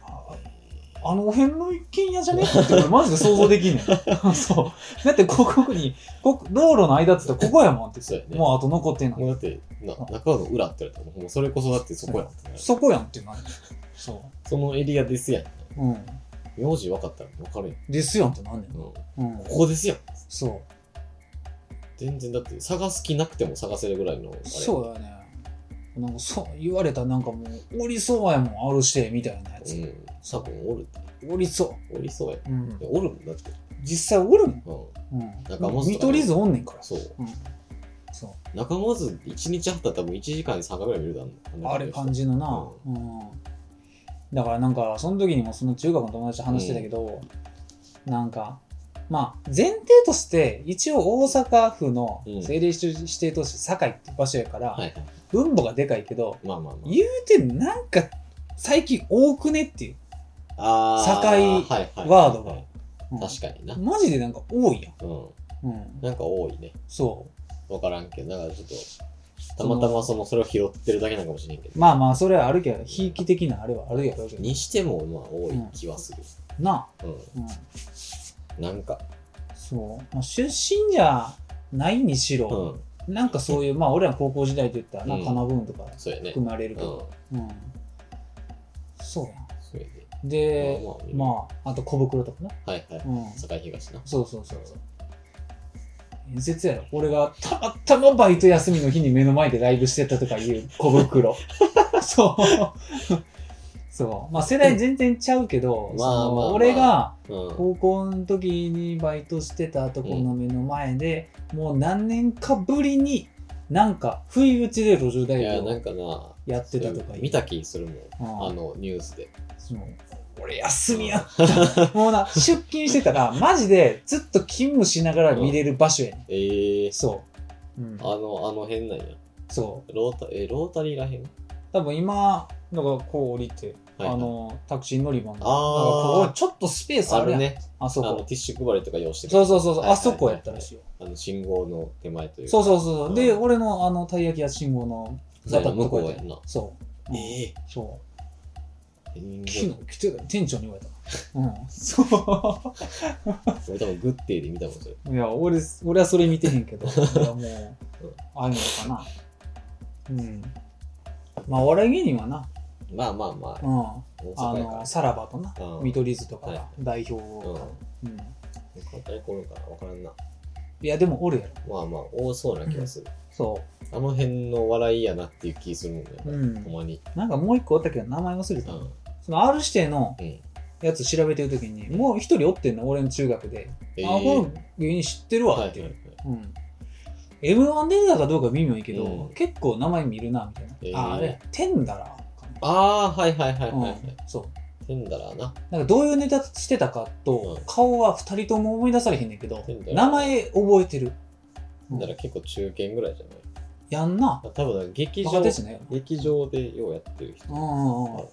ああの辺の一軒家じゃねって俺マジで想像できんね
[laughs]
ん。そう。だってここに、こ道路の間っつったらここやもんって。
そうやね。
もうあと残ってんの
もうだって、な中の裏って言われたら、もうそれこそだってそこやってね
そこやんってなる。そ
そのエリアですやん。
う。うん。
名字分かったら分かるやん。
ですやんってなんねん。
こ
うん。
こですやん。
そ
全然だって探す気なくても探せるぐらいのあれ
う。そうやね。なんかそう言われたらなんかもう、おりそうやもん、あるして、みたいなや
う
つ。
ん多分おる
おりそ
おりそうや
う。うん。
おるもんだって
実際おるもん。
う
うん。
仲間っす
見取り図おんねんから
ん。そう
うん。そ
仲間ず1日あったら多分1時間に3回ぐらい見るだ
う。あれ感
じ
じのな。うん。だからなんか、その時にもその中学の友達と話してたけど、なんか、まあ、前提として、一応大阪府の
うん
政令指定都市、堺って場所やから、
はいはい
分母がでかいけど、
まあまあま
言うてなんか最近多くねっていう、
ああー
境
はいはい
ワードがうん
確かにな
マジでなんか多いや
うん
ん、うん、
なんか多いね
そ
分からんけどなんかちょっとたまたまそのそれを拾ってるだけなのかもしれんけ
う
ど
まあまあそれはあるけどひいき的なあれはあるやろうけど
にしてもまあ多い気はする
なあ、
うん
うん、
なんか
そう、まあ、出身じゃないにし
う
ろ、
ん
なんかそういうまあ俺ら高校時代といったらな
うん
カナブーンとか
そうやねうん
含まれるけど、うんそうやん
そうやね
で、
まあま
まああと小袋とかな、
はいは
う
い
ん、
境東な
そうそうそうそう。演説やろ。俺がたまたまバイト休みの日に目の前でライブしてたとかいう小
[laughs]
袋。そう。そう。まあ世代全然ちゃうけど、
まあ
その
まあまあ
俺が
うん
高校の時にバイトしてたとこの目の前で、もう何年かぶりになんか不意打ちで路上
い
大
や
学
なん
を
かな
やってたとか
そ
言
れ
う
見た気するもん
うん
あのニュースで
その俺休みやった。もうな、出勤してたらマジでずっと勤務しながら見れる場所やねん。
ええー、
そう。うん
あ、のあの辺なんや
そう。
ロータえロータリーらへん
多分今、なんかこう降りて、
はいはい
あの、タクシー乗り場の、なんか
あー
こうちょっとスペースあ
あ
るや
る
ん。
ね
あそ
あの
こ。
ティッシュ配りとか用して
そうそうそう、そう
はいはいはい
あそこやったらしいよ。
あの信号の手前というか
そうそうそう。
ん
で、俺のあの、たい焼き屋信号の、
そうや
バタッ
な
と
向こう
や
やんな
そう。
ええ
そう。
ー、
昨日来てたよ店長に言われた。うん。そ
俺多分グッデイで見たもんそれ
う。いや、俺、俺はそれ見てへんけ
[laughs]
ど、いやもう
うん、
ああいうのかな。うん。まあ、お笑い芸人はな、
まあまあま
う
あ
ん。
大
あ
阪やか
の、さらばとな、
らうん
見取り図とか
はい
が代表
うん
を、うん。
誰来るんかな分からんない
や、でもおるやろ。
まあまあ多そうな気がする、
そ
あの辺の笑いやなっていう気するもんね、
う。う
た
ん。
まに
なんかもう一個おったけど、名前忘れ
う
た。
ん
その R 指定の
うん
やつ調べてるときに、もう一人おってんの、俺の中学で。
えー
あ、この芸人知ってるわ
はい
って。
はいいうはい
うん。M1 出てたかどうか微妙やけど、
うん
結構名前見るな、みたいな。
えー
あ、あれ、テンダラかな。
ああはいはいはいはいは
うん
い、
そう。
テンダラーな
なんかどういうネタしてたかと、
うん
顔は二人とも思い出されへんねんけど
テンダ、ラ
名前覚えてる。
テンダラー結構中堅ぐらいじゃない
やんな。
あ多分劇
バカ
場
ですね。
劇場でようやってる人
うんうんうん。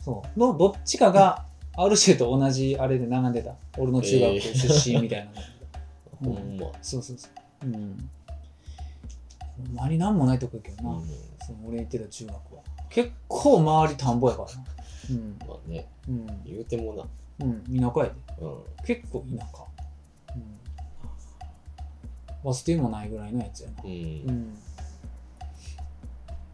そう。の、どっちかが、ある種と同じあれで並んでた。俺の中学校出身みたいな。
ほんま、
そうそうそう。うん。ほんまになんもないとこやけどな。
うん
その俺行ってた中学は。結構周り田んぼやからな。うん。
まあね
うん。
言うてもな
うん。田舎やで。
うん
結構田舎。うん。バス停もないぐらいのやつやな。
う
うんん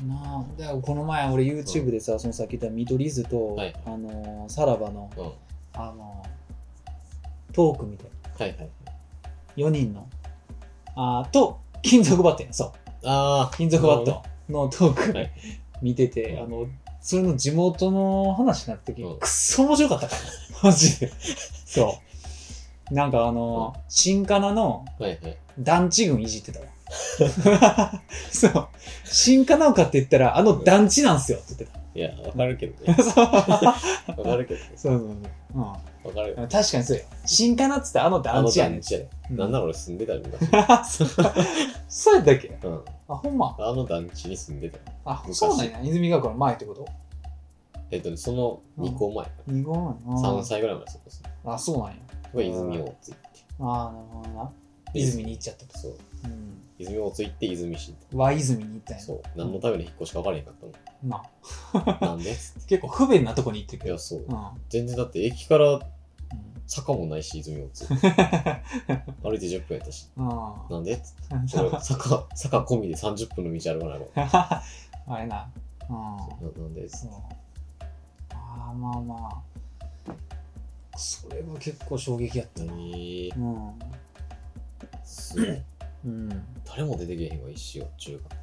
なあだからこの前俺 YouTube でさ、そのさっき言った見取り図と、
はい
あのーさらばの、
うんは
あのートークみたいない
はい
4人のあーと金属バットやそう
ああ
金属バッ
なる
トのトーク、
はい
見てて、
うん
あのそれの地元の話になった時、
うん
くっそ面白か
[laughs]
ったからマジでそうなんかあのー新カナの
ほどはいはい
団地群いじってたわ。 [laughs] そう。新かなおかって言ったら、あの団地なんすよって言って
いやわかるけ
[laughs]
どね [laughs]
た。そう。
わかるけどね
そうそうそう。
わかる
うん。確かにそうよ。新かなっつったらあの団地やねん。
地
うん
なんなら俺住んでたよ昔
[laughs] そうそうやったっけ
うん
あ、ほんま。
あの団地に住んでた
あ、
昔
そうなんや。泉ヶ丘の前ってこと
えっとね、その2個前、
二号なんやな
3歳ぐらいまでそこですね。
あ、そうなんや。
これ泉大津行って。
ああ、なるほどな。泉に行っちゃったと。
そう。
うん。
泉大津行って泉市行っ
和泉に行ったんや
て。そう。何のための引っ越しか分からへんかった
な。まあ、
の。なんで [laughs]
結構不便なとこに行って
い
く
や、
る。
そう
う。ん。
全然だって駅から
うん
坂もないし、泉大
[laughs]
津。歩いて10分やったし。
あ
なんで
[laughs]
それ
ー
坂、坂込みで30分の道歩かないの。
あれな。うん。
ななんで
そう。ああ、まあまあ。それは結構衝撃やった
え
な。
ー
うん。
すごい。
うん。
誰も出てけえへんわ、一瞬、中学。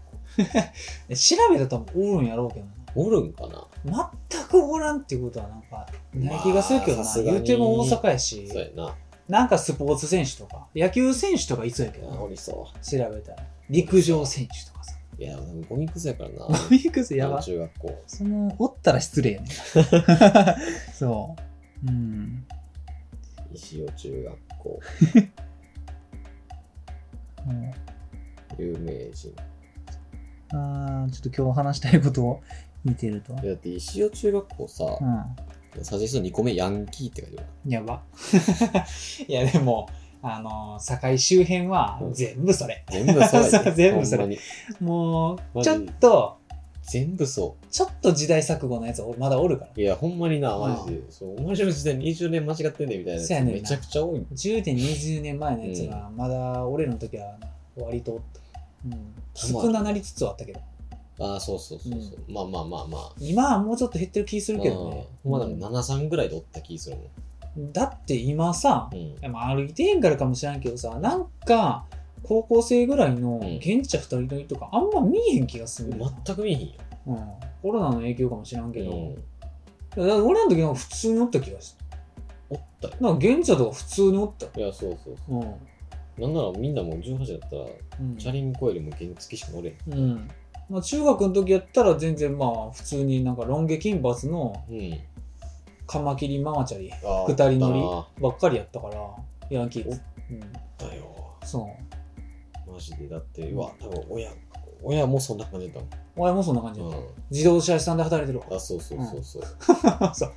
え調べたら多分おるんやろうけど
おるんかな
な。全くおらんっていうことはなんか、ない気がするけどな。
まあさすが
言
に
うても大阪やし、
そうやな。
なんかスポーツ選手とか、野球選手とかいそうやけどな、
おりそ
調べたら。陸上選手とかさ。
う。いや、でもゴミクズやからな。
飲みく [laughs] ずやば。
中学校。
その、おったら失礼やね。 [laughs] そう。うん。
石尾中学校。
うん
有名人。
あーちょっと今日話したいことを見てると。
だって石尾中学校さ、
う
サジェスト2個目ヤンキーって書いてるわ。
ん。やば。 [laughs] いや、でも、あの、堺周辺は
うん
全部それ。
全部そうや
そ
で
う [laughs] 全部それ
ほんまに
もう、
マ
ち
ジ
ょっと、
全部そ
ちょっと時代錯誤のやつまだおるから。
う。いや、ほんまにな、マジで。そう、面白い時代20年間違ってんねんみたいなやつ
そうやねんな
めちゃくちゃ多い。
10年、20年前のやつが、まだ俺らの時は割とおった。うん、
まあ
少ななりつつはあったけど
ああ、そうそうそうそう、まあまあまあまあ。
今はもうちょっと減ってる気するけどね、
うんほんまなんか7、3ぐらいでおった気するもん。
だって今さ
うん。
でも歩いてへんからかもしれんけどさなんか高校生ぐらいの
うん
現地二人乗りとかあんま見えへん気がするな、
全く見えへんよ。
うん、コロナの影響かもしれんけど、
うん
だから俺らの時なんか普通におった気がした
おったよ。
なんか現地だとか普通におった
いや、そうそう
うん、
そう。なんならみんなもう18だったら、
うん
チャリンコよりも原付しか乗れへん。
うんまあ、中学の時やったら全然まあ普通になんかロン毛金髪の
うん。
カマキリママチャリ
あ
二人乗り
乗
ばっかりやったからヤンキーズ、うん、
りだよ。
そう
マジで。だって、うわ、多分親、親もそんな感じだっ
親もそんな感
た
じ
も
だ
ん。
った、
う
自動車屋さんで働いてる
ん。あ、そうそうそうそう。
わ [laughs] そう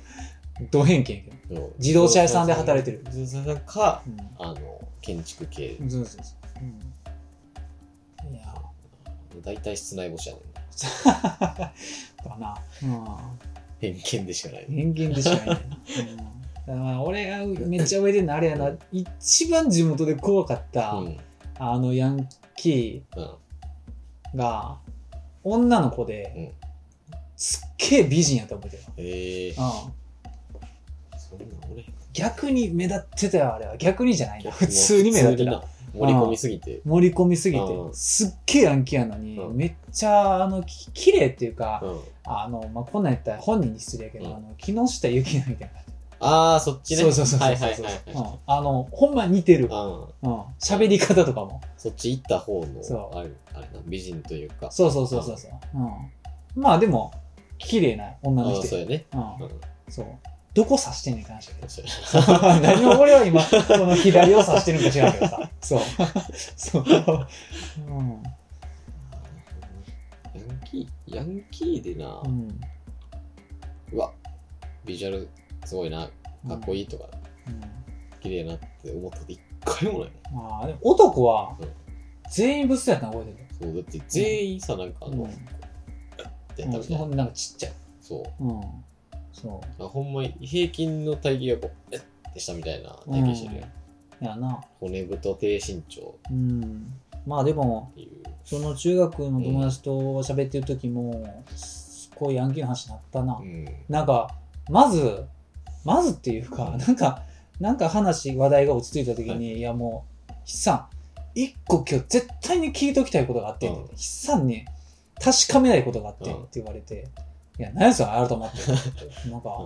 ド偏見やけど
そう
自動車屋さんで働いてる
自動車屋さんか、
う
あの、建築系。
ん、そうそうそう。うん、いや [laughs]
大体室内干しやねんな。
ー、かな。う
偏見でしかない。
ん、偏見でしかない、ね。うんだからまあ俺がめっちゃ上でんのあれやな、一番地元で怖かった、
うん。うん。
あのヤンキ
あ
ーが、女の子で、すっげえ美人やった覚えてるわ。
ええー。
うん
そんなん俺、
逆に目立ってたよ、あれは。逆にじゃないな。普
逆に
通に目立ってた。
普通にな盛り込みすぎて。
盛り込みすぎて
う、ん
すっげえヤンキーやのに、
うん
めっちゃ、あの、き綺麗っていうか、
うん。
あの、まあ、こんなんやったら本人に失礼やけど、
うん
あの、木下ゆきなみたいな感
ああ、そっち
じ。
ね。
そうそうそうそう。
はいはいはいはい。
うんあの、ほんま似てる。
あ
うん。喋り方とかも。
そっち行った方
そ
の、あれ、あれな、美人というか。
そうそうそうそうそう。うん。まあでも、綺麗な女の
ああ、
人
そう
や。
やね。
う。
うんん。
そう。どこ指してんねんって話だけど。
そうや
[laughs] 何も俺は [laughs] 今、この左を指してるんか知らんけどさ。そう。 [laughs] そう。うん。
ヤンキー、ヤンキーでな
う、ん。
うわ、ビジュアルすごいな、かっこいいとか、
うん。
綺麗なって思ったこと一回もないもん。
まあ、でも男は
うん、
全員ブスやったの覚えてる。
そう、だって全員さ、なんかあの、
うん
ってやったみたい
ほ
な。
んでなんかちっちゃい。
そう。
うん。そう。
あほんまに平均の体型がこう、えってしたみたいな体型してるやん。
やな。
骨太低身長
うん。まあでも
っ、ていう。
その中学の友達と喋ってる時も、すっごいヤンキーの話になったな
う。ん。
なんか、まず、まずっていうか、なんか、なんか話、話題が落ち着いた時に、
はい
い、やもう、筆さん、一個今日絶対に聞いときたいことがあってんねん、
うん
筆さんに確かめないことがあってん
うん
って言われて、いや、何やそれ、改まって。なんか、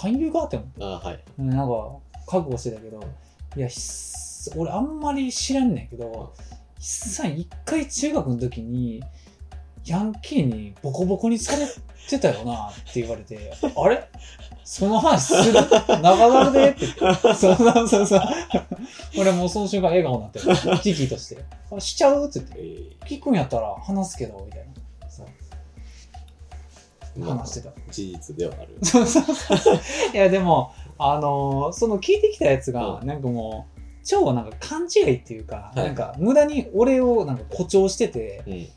勧誘があっても、
あはい。
うんなんか、覚悟してたけど、いや、筆俺あんまり知らんねんけど、筆さん一回中学の時に、ヤンキーにボコボコにされてたよなって言われて、あれその話する長なるでって言って。そうそうそうそう。俺もうその瞬間笑顔になってる。キキとして。あしちゃうって言って。
えー
聞くんやったら話すけど、みたいな。そう
まあ
話してた。
事実では
[laughs]
ある。
そうそうそう。いや、でも、あのーその聞いてきたやつが、
う
なんかもう、超なんか勘違いっていうか、
はい
なんか無駄に俺をなんか誇張してて、
うん。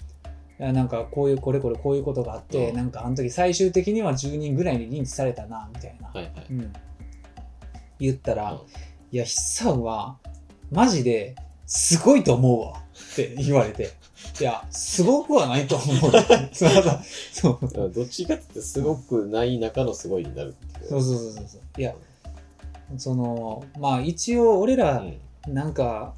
いやなんかこういうこれこれこういうことがあって、
うん
なんかあの時最終的には10人ぐらいに認知されたな、みたいな。
はいはい。
うん。言ったら、
うん
いや、筆算は、マジで、すごいと思うわ。って言われて。いや、すごくはないと
[laughs]
思う。そうそう
だからどっちかって言ってすごくない中のすごいになるっていう。
そうそうそうそうそういやそのまあ一応俺ら
うん
なんか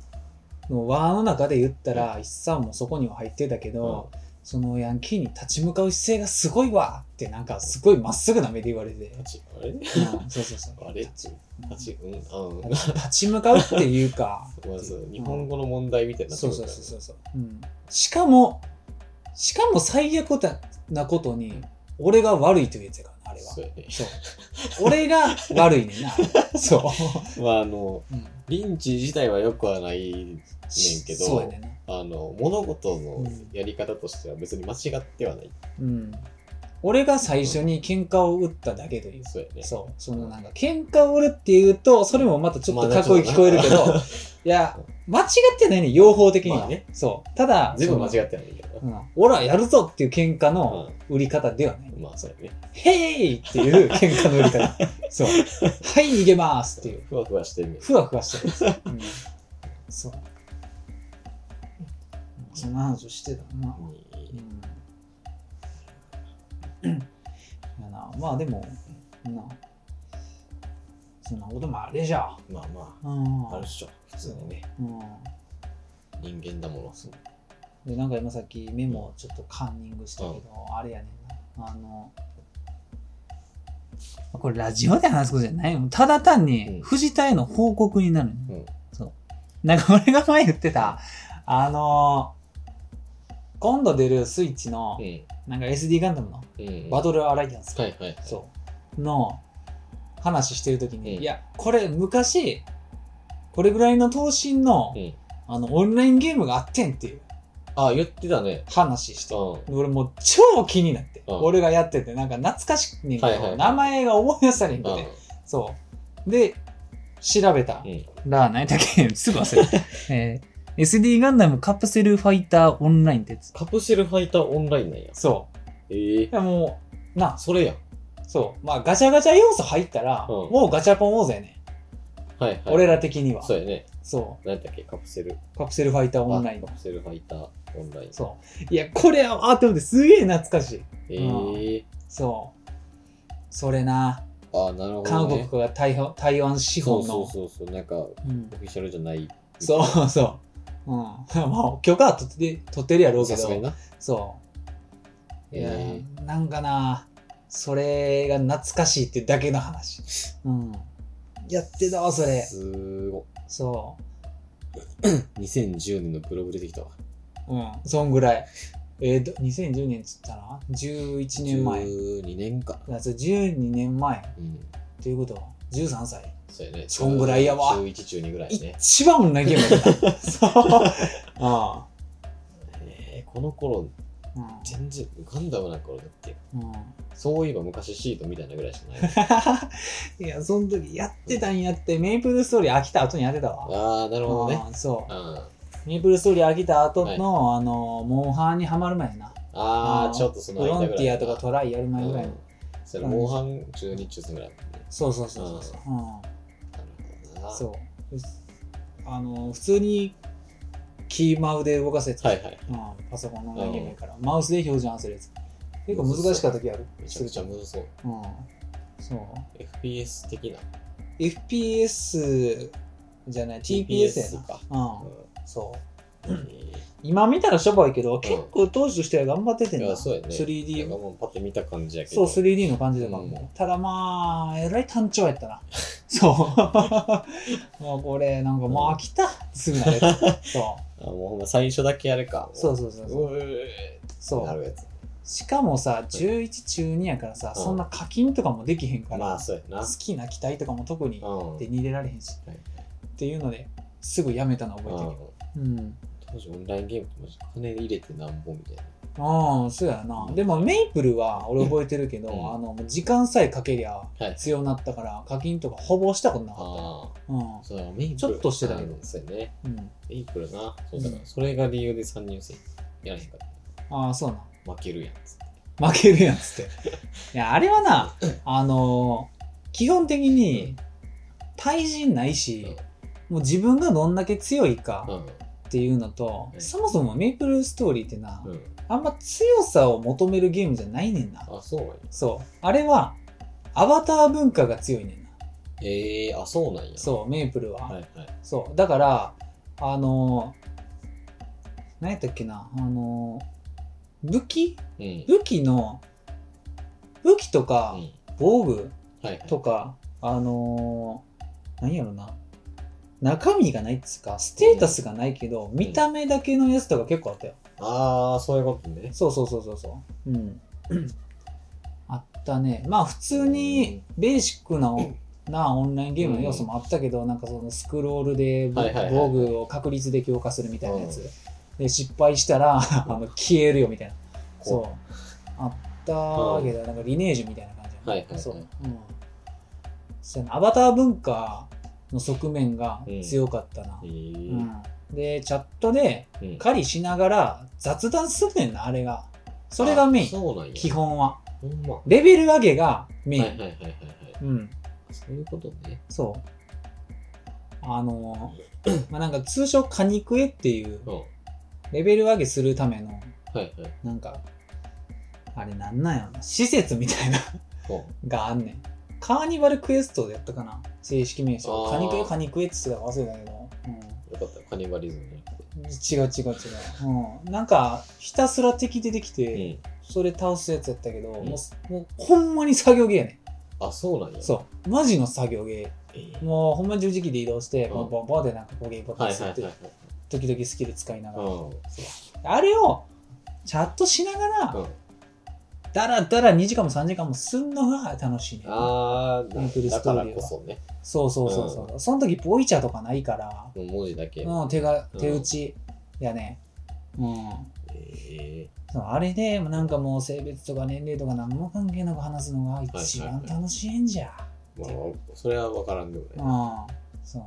の輪の中で言ったら一さんもそこには入ってたけど、そのヤンキーに立ち向かう姿勢がすごいわってなんかすごいまっすぐな目で言われて、
立ちあれ [laughs]
うんそうそうそう
あれ
立ち
立ち、うん、あの、
立ち立ち向かうっていうか
[laughs] まず日本語の問題みたいになっ
そ
て
う
くる
そうそ
から
うそうそう、うん、しかもしかも最悪なことに俺が悪いというやつやからねあれは
そうやね。
そう俺が悪いねん
[laughs]
なそう
まああの、
うん
リンチ自体はよくはない、ねんけど
そうやねんな
あの、物事の
うん
やり方としては別に間違ってはない。
うん俺が最初に喧嘩を打っただけという、
そうやね。
そうそのなんか喧嘩を売るっていうとそれもまたちょっとかっこいい聞こえるけど、
まあ
いや間違ってないね用法的には、
まあね
そうただ
全部間
違
違ってはないけどな。
うん、俺はやるぞっていう喧嘩の売り方ではない、
まあ、そうやね。
ヘイっていう喧嘩の売り方
[laughs]
そうはい逃げますっていう
ふわふわしてるね。
ふわふわしてるんですよ、うん、
[laughs]
そうその話をしてたな、うん [clears throat] やなまあでもなそんなこともあれじゃ
まあま
うん
あ、あるっしょ。普通にね。
うん
人間だもの。そう
でなんか今さっきメモをちょっとカンニングしたけど、あれやねんなあのこれラジオで話すことじゃないよただ単
う
に
ん
藤田への報告になるね、
うん
なんか俺が前言ってたあの今度出るスイッチの、
うん。
なんか SD ガンダムの
うん。
バトルアライアンスか
はいはいはい。
そう。の話してるときに、
うん
いや、これ昔、これぐらいの等身の、
うん。
あの、オンラインゲームがあってんっていう
あ、言ってたね。
話して、
うん。
で俺もう超気になって、
うん
俺がやってて、なんか懐かしいねんけど、
はいはいはい
名前が思い出されへんくて、
う
そう。で、調べた
ん。うん。
ら、何だっけすぐ忘
[laughs]
れた。えー SD ガンダムカプセルファイターオンラインってやつ。
カプセルファイターオンラインなんや。
そう。
ええ
いやもう、な、
それやん。
そう。まあ、ガチャガチャ要素入ったら、
うん
もうガチャポン王座やねん。
はいはい。
俺ら的には。
そうやね。
そ
何だっけ、カプセル。
う。カプセルファイターオンライン
あカ。プセルファイターオンライン。
そう。いや、これは、あって思って、すげえ懐かしい。
ええ
そう。それな、
あ、なるほど、ね。
韓国が台湾台湾資
そ
本
う
の。
そうそうそう。なんか、オ
うん
フィシャルじゃない。
そうそう。うん。 [laughs] まあ、許可は取って取ってるやろうけ
さすがに
ど。
な。
そう。いや
え
ー、なんかな、それが懐かしいってだけの話。うん。やってたわ、そ
え
れ。
すご
そう。
い。2010年のブログ出てきたわ。
うん、そんぐらい。えーと、2010年っつったな ?11 年前。
12年か。
だそう12年前。
うん。
ということは、13歳。
そうやね。
そんぐらいやわ
11、12ぐらいね。
一番も投げも
[laughs]
やった。そう。あ
ええこの頃、
あ。う
全然、ガンダムなんか俺だって、
ん。 [laughs] うん、
そういえば昔シートみたいなぐらいしか
[laughs]
ない。
いや、その時やってたんやって、メイプルストーリー飽きた後にやってたわ。
ああ、なるほどね。
うんそう。
あ
メイプルストーリー飽きた後の、あの、モンハンにはまる前やな。
あ
うん
ー、ちょっとその
フロ
間
ン
ぐ
テ
ら
ィ
い
アとかトライやる前ぐらいの。
うんそれ、モンハン中日中戦ぐらいだもんね。
そうそうそうそうそう。うん
なるほどな。
そう。うすあの、普通にキーマウで動かせつ、
はいはい。
うん、パソコンの画面やから、マウスで表示合わせるやつ。結構難しかった時ある。
めちゃくちゃむずそう。
うん。そう。
FPS 的な。
FPS じゃない、TPS や
TPS か。
な。うん。
う
そう。
ん
今見たらしょぼいけど、結構当時としては頑張っててん
い
だ。
や、そうやね。なん
3D
かもうパッと見た感じやけ
そう、
ど。う、
3D の感じとかも。
うん
ただまあ、えらい単調やった
[laughs]
な。そう。 [laughs] もうこれ、なんかもう飽きた。すぐな
[laughs]
れた。そ
あ、もうほんま最初だけやるか。。
う。そううそうそうそう。
うえ
そ
な
う
るやつ。
しかもさ11中2やからさ、
うん
そんな課金とかもできへんから、
まあ、そうやな
好。きな機体とかも特に
うん。
手に入れられへんし、
はい
っていうのですぐやめたの
う
覚えて
ん
るよ、うん
当時オンラインゲームってマジ金入れてなんぼみたいな。
ああ、そうやな。でも、メイプルは俺覚えてるけど、
うん
あの、もう時間さえかけりゃ
はい
強なったから、課金とかほぼしたことなかっ
ああ
たな。
そうだメイプル
ちょっとしてたけど
あそうやね
うん。うん。
メイプルなそう
うん
だからそれが理由で参入せんやらへんかっ
ああ、そうな。
た負けるやんつって
負けるやんっ
[laughs]
つって。いや、あれはな、あのー基本的に、対人ないし、もう自分がどんだけ強いか
うん
っていうのと、
うん
そもそもメイプルストーリーってな、
うん
あんま強さを求めるゲームじゃないねんな。
あそうなんや
そう。あれは、アバター文化が強いねんな。
ええあそうなんや
そう、メイプルは。
はいはい
そう。だから、あのー、何やったっけな、あのー、武器
うん
武器の、武器とか
うん、
防具
はいはい
とか、あのー、何やろな。中身がないっつうか、ステータスがないけど、見た目だけのやつとか結構あったよ。
ああそういうことね
そうそうそうそうそう。うん。 [clears throat] あったね。まあ普通にベーシックなお、なオンラインゲームの要素もあったけど、なんかそのスクロールでぼ
はいはいはい
防具を確率で強化するみたいなやつ。で、失敗したら [laughs] あの消えるよみたいな。
こ
そう。あったけど、なんかリネージュみたいな感じ
はいはいはい
そう。うん。そうやなアバター文化の側面が強かったな
え。え
うん、で、チャットで、
うん
狩りしながら雑談すんねんな、あれが。それがメ
あ
イン。
そうなんや
基本は。
ほんまは
レベル上げがメ
い
イン。
はいはいはいはい
うん。
そういうことね
そう。あのー [clears throat] まあ、なんか通称カニクエっていう
うんは
レベル上げするための、
いはい
なんか、あれなんなんやろな。施設みたいな
うん
があんねん。カーニバルクエストでやったかな正式名称。
あー
カニクエカニクエって言ってたか忘れたけど。うん
よかったカニバリズムじゃなく
違う違う違う、うん、なんかひたすら敵出てきて、
て
それ倒すやつやったけど、
ん
もうもうほんまに作業ゲーやね
うんあそうなんや
んそうマジの作業ゲ
えー
ーもうほんま十字キーで移動して、
うん
ボンボンボンでなんか攻撃ボタ
は
ン
い
す
はい
るっ
はい
て、
はい
時々スキル使いながら、
う
あれをチャットしなが
ん
ら、
うん
だらだら2時間も3時間もすんのが楽しいねん
あ
メイプル
ーだ
スト
か
ー
ら
リーは
こそね
そうそうそうそう、その時ボイチャーとかないから、
もう文字だけ
うん、手が
うん
手打ちやね、うん
え
そうあれでもなんかもう性別とか年齢とか何も関係なく話すのが一番楽しいんじゃ。
えまあそれは分からんでも
う
ね
ん。そう。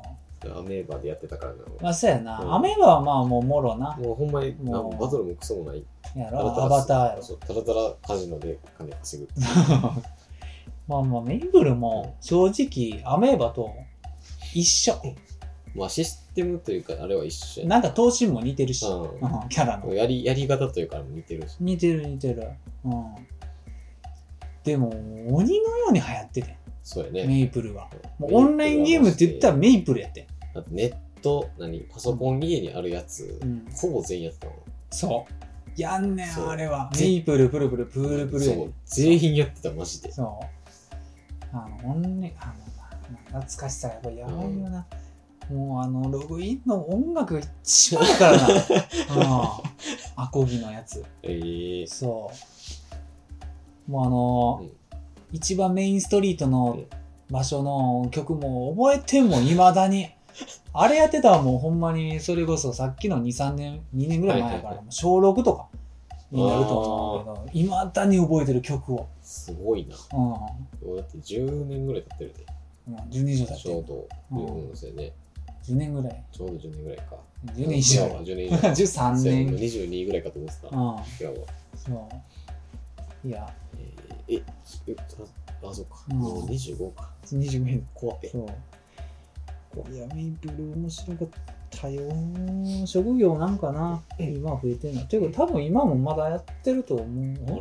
アメーバでやってたからな
まあそうやな。
うん
アメーバはまあもうもろな。
もうほんまにな
もう
バトルもクソもない
や
タ
ろ
ラタラ
アバターやろ。
そうタラタラカジノで金稼ぐ
[laughs] まあまあメイブルも正直アメーバと一緒。
まあシステムというかあれは一緒や
なんか頭身も似てるし、
う
うんキャラの
ん。やりやり方というか似てるし
似てる似てる。うん。でも鬼のように流行ってて、
そうやね
メイプルは。もうオンラインゲームって言ったらメイプルやって。
あとネット何パソコン家にあるやつ
うん。
ほぼ全員やってたの
そう。やんね
そ
ん、
う
あれは。メイプル、プルプル、プルプルや
そ
ね
う全員やってたマジで
そう。あの、オンラあの、懐かしさやっぱやばいよな。もうあの、ログインの音楽が一番だからな。う
[laughs]
ん。アコギのやつ。
ええ
そう。もうあの、
うん
一番メインストリートの
うん
場所の曲も覚えてんもいまだ
[laughs]
に。あれやってたらもうほんまにそれこそさっきの2、3年、2年ぐらい前やか
はいはい
ら
は
もう小6とかになると思うけど、いまだに覚えてる曲を。
すごいな
うん
俺だって10年ぐらい経ってるで
うん、10年以上経っ
ち
て
ょう
る
ど、
う
うんん、そうやね。
10年ぐらい
ちょうど10年ぐらいか。
10年以上
10年以上。
[laughs] 13年うん
22ぐらいかと思ってた。いや、
そういや
えー、え、えあ、そうか。
うん
もう25か。
25年
怖っ。え
そういやメイプル面白かったよ職業なんかな今は増えてないというか多分今もまだやってると
あ
思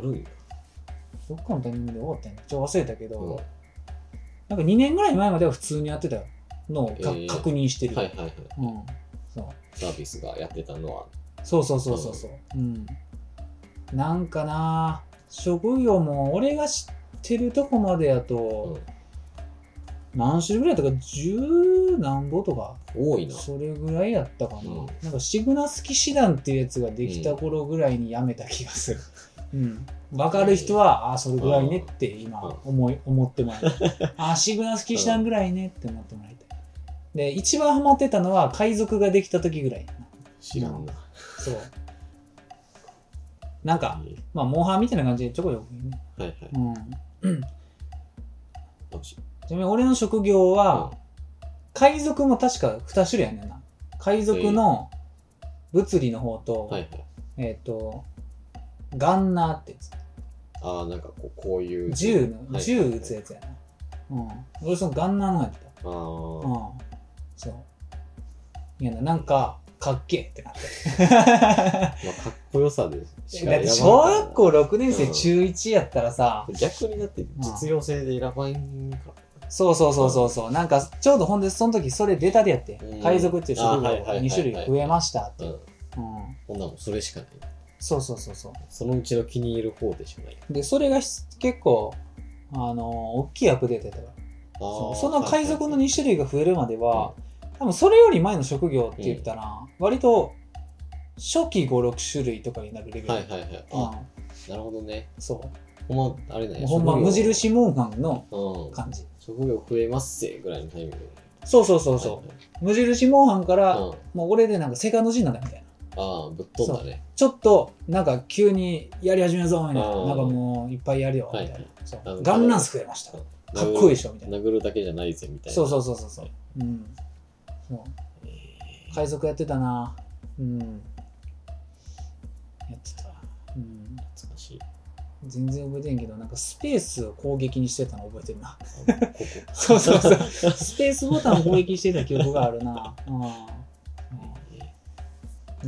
う
るんや。
どっかのタイミングで終わったんやちょっと忘れたけど、
うんは
なんか2年ぐらい前までは普通にやってたのをか、
えー
確認して
い
る、
はいはい。
うん、そう
サービスがやってたのは。
そうそうそうそうそう。うん。なんかな職業も俺が知ってるとこまでや
う
と、
ん、
何種類ぐらいだったか、十何個とか、
多いな。
それぐらいやったかな。
うん
なんかシグナス騎士団っていうやつができた頃ぐらいにやめた気が
[laughs]
する。うん。わかる人は、ああ、それぐらいねって今
うん
思い、思って
[laughs]
もらいたい。ああ、シグナス騎士団ぐらいねって思ってもらいたい。で、一番ハマってたのは海賊ができた時ぐらいやな。
知らんな。
そう。なんか、まあ、モンハンみたいな感じでちょこちょこいいね。
はいはい。
うん。
楽しい。
ちなみに俺の職業は
う、
海賊も確か2種類やねんな。海賊の物理の方と、
はいはい。
えっ、と、ガンナーってやつ。
ああ、なんかこう、こういう。
銃の、
はい
銃撃つやつやな。うん。俺そのガンナーの方やってた。
あ
う
あ、
ん。そう。いやな、なんか、かっけえってなって。
まあ、かっこよさでしか
だって小学校6年生中1やったらさ、
逆にだって実用性で選ばんか。
そうそうそうそうそう、なんかちょうどほんでその時それ出たでやって、
うん
海賊っていう職業
あはいはいはいはい
2種類増えましたって
う
いう、
ん。
うん、
ほんなもんそれしかない。
そうそうそうそう
そのうちの気に入る方でしかない。
でそれがし結構あのー大きい役で出てたから
あ
そ
ー
その海賊の
はい
2種類が増えるまでは
は、
多分それより前の職業って言ったら、割と初期56種類とかになるレベル、
はいはいはいはい。あ、
う
なるほどね。
ん、そう
ほんま、あれね。
ほんま
職業
無印モンハンの
うん。
感じ
職業増えますせぐらいのタイミングで。
そうそうそうそう、無印モンハンから、
はいはいうん
もう俺でなんかセカンド G なんだみたいな
ああ、ぶっ飛んだね。
ちょっとなんか急にやり始めるぞみたいな
うん
なんかもういっぱいやるよみたいな、
はい
そう
あの
ガンランス増えましたか
殴
っ
る
こいいでしょみたいな
殴るだけじゃないぜみたいな。。
そうそううそうそうそう,、うん、そう
え
海賊やってたなうんやってた、うん、
ー懐かしい。
全然覚えてんけどなんかスペースを攻撃にしてたの覚えてるな
あのここ。
[laughs] そうそうそうスペースボタンを攻撃してた記憶があるなうん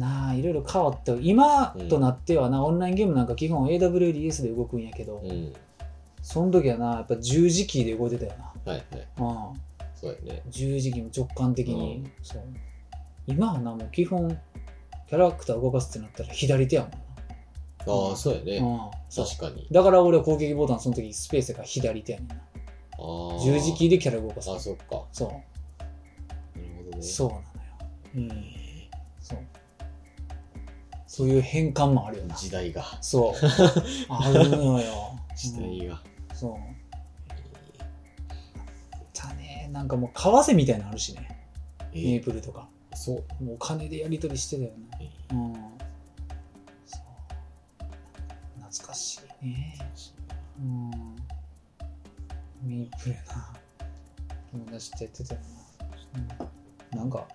なあいろいろ変わって今となってはな、オンラインゲームなんか基本 AWDS で動くんやけど、
うん。
その時はな、やっぱ十字キーで動いてたよな。
はいはい。
う
そうやね。
ん。十字キーも直感的に。
うん
そう。今はな、もう基本、キャラクター動かすってなったら左手やもんな。
ああ、そうやね。
うん。そう。
確かに。
だから俺は攻撃ボタンその時スペースやから左手やねんな。
あー
十字キーでキャラ動かす
あ、。そっか。
そ
なるほどね。
う。そうなのよ。うん。そう。そういう変換もあるよな。
時代が。
そう。
[laughs]
あるのよ。
時代が。
うんそう。だね。なんかもう、為替みたいなのあるしね。
え
メー
ー
プルとか。
そう。
もうお金でやり取りしてたよね。
えー
うん。そう。懐かしいね。うん。メープルな。友達とやってたよな。うん、なんか、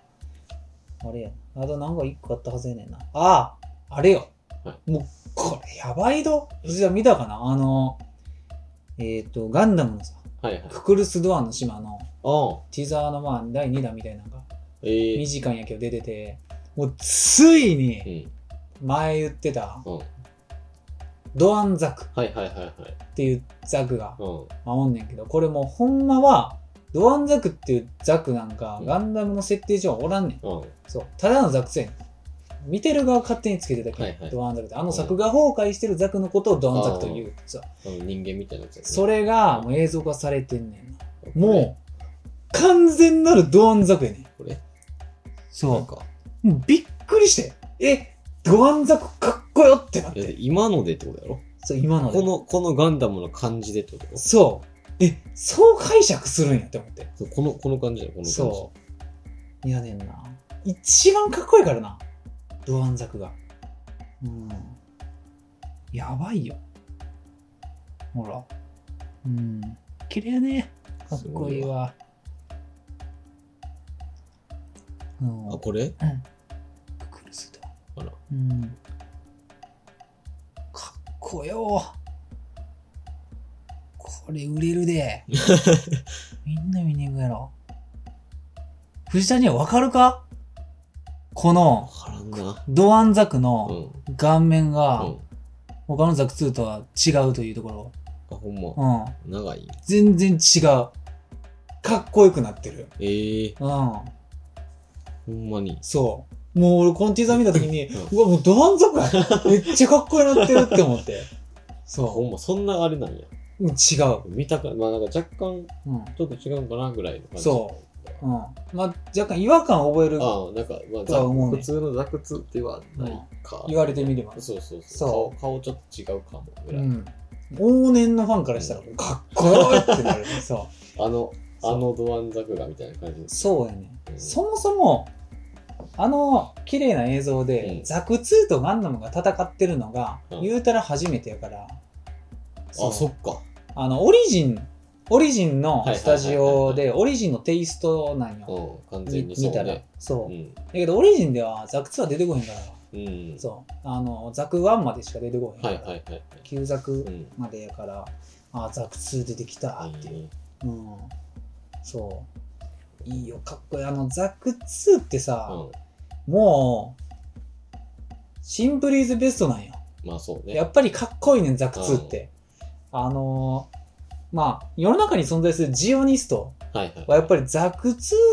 あれやな。あとなんか一個あったはずやねんな。あああれよ。
は
もう、これやばいど。実は見たかなあの、えっ、と、ガンダムのさ、
はいはい。
ククルス・ドアンの島の
ああ。
ティザーのまあ第2弾みたいなのが
え
2
ー
時間やけど出てて、もうつい
うん
に。前言ってた
うん。
ドアンザクっ
はいはいはいはい。
ていうザクが
うん。
まあおんねんけど、これもうほんまはドアンザクっていうザクなんか
うん
ガンダムの設定上はおらんねん。
うん。
そう。ただのザクせん。見てる側勝手につけてたけど、
はいはい
ドアンザクって。あの作画崩壊してるザクのことをドアンザクという。そう
あの人間みたいなやつやね。
それがもう映像化されてんねんな。もう完全なるドアンザクやねん。
う。これ
そ
なんか。
もうびっくりして、え、ドアンザクかっこよってなっ
いやで
て。
今のでってことやろ
そう、今ので
この、このガンダムの感じでってこと
そう。え、そう解釈するんやって思って。
そうこの、この感じだよ、この感じ。
そう。いやねんな。一番かっこいいからな。ドアンザクが。うん。やばいよ。ほら。うん。綺麗やね。かっこいいわ。うん。
あ、これ
クルスだ。
あら
うん。かっこよ。これ売れる [laughs] で。みんな見に行くやろ。藤谷はわかるかこ
わ
の
からんな。
ドアンザク
うん。
の
うん。
顔面
あ、
が他のザク2とは違うというとこ
ほんま。
ろ。うん。
長い。
全然違う。かっこよくなってる。
ええ、
うん。
ほんまに。
そう。もう俺、コンティザー見たときに、
う
うわ、もうドアンザクやめっちゃかっこよくなってるって思って。
ほ
そ
んま、そんなあれなんや。
う。うん、違う。
見たか、まあなんか若干、
うん。
ちょっと違うかなぐらいの感じ。
そうん。まあ、若干違和感を覚える。
ああ、なんか、まあ、
とは
ざ
思うね
普通のザクツではないか。
言われてみれば。
そうそうそ
そう
う。顔、顔ちょっと違うかもぐ
う
らい。
ん。往年のファンからしたら、かっこよってなる。そう。
あの、
そう
あのドアンザクがみたいな感じです。
そうやね
う。ん
そもそも、あの綺麗な映像で、
うん
ザク2とガンダムが戦ってるのが、
うん
言うたら初めてやから
あ、そっか。
あのオリジンオリジンの
はいはいはいはい
スタジオでオリジンのテイストなんよ、
うん、完
み
全にそう
見たら
ね。
そう、
う
だ
ん。
けどオリジンではザク2は出てこへんから
うん。
そうあのザク1までしか出てこへんか
はい
ら、
はいはいはい。
旧ザ
う
ク
ん。
までやから、あザク2出てきたっていう、うん、そういいよかっこいいあのザク2ってさ、
うん
もう、シンプルイズベストなんよ。
まあそうね。
やっぱりかっこいいねん、ザク2って。あのーまあ、世の中に存在するジオニスト
はいはい。
はやっぱりザク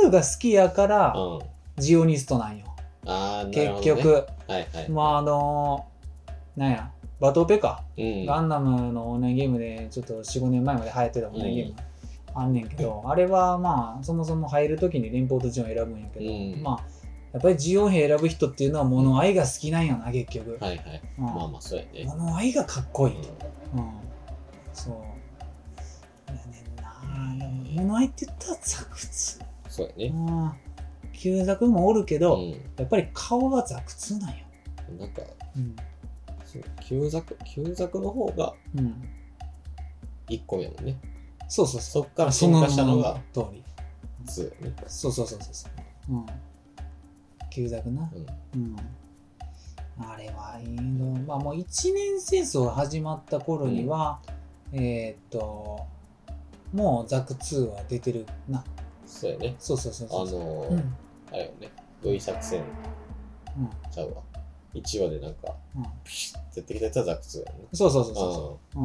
2が好きやから、
うん。
ジオニストなんよ。
ああ、なる
結
ほどね。
局。
はいはい。
まあ、あのーなんや、バトオペか。
うん。
ガンダムのオンラインゲームで、ちょっと4、5年前まで流行ってたオンラインゲーム。あんねんけど、あれはまあ、そもそも入るときに連邦とジオン選ぶんやけど、
うん
まあ、やっぱりジオン兵選ぶ人っていうのは物合いが好きなんやな、結局。
はいはい。
うん
まあまあそうやね。
物合いがかっこいい。
うん
うん。そう。やねんな。でも物合いって言ったらザクツ。
そうや
う
ね。
ん。旧ザクもおるけ
う
ど、
ん。
やっぱり顔はザクツなんや。
なんか、
うん。
そう、旧作、旧作の方が
うん。
一個目やもんね。
そうそうそう。
そっから
そ
進
の
化したのが
通り。
2やね。
そうそうそうそうそう。うん。旧作な。
うん。
うん。あれはいいの。まあもう一年戦争が始まった頃には、えーっと、もうザク2は出てるな。
そうやね。
そうそうそう
あ
そう。
の
うん。う
ー、あれよね。V 作戦
ん。
ちゃうわ。1話でなんか、
うん。
ピシッてやってきたやつはザク2やね。
そうそうそううんそう。うん。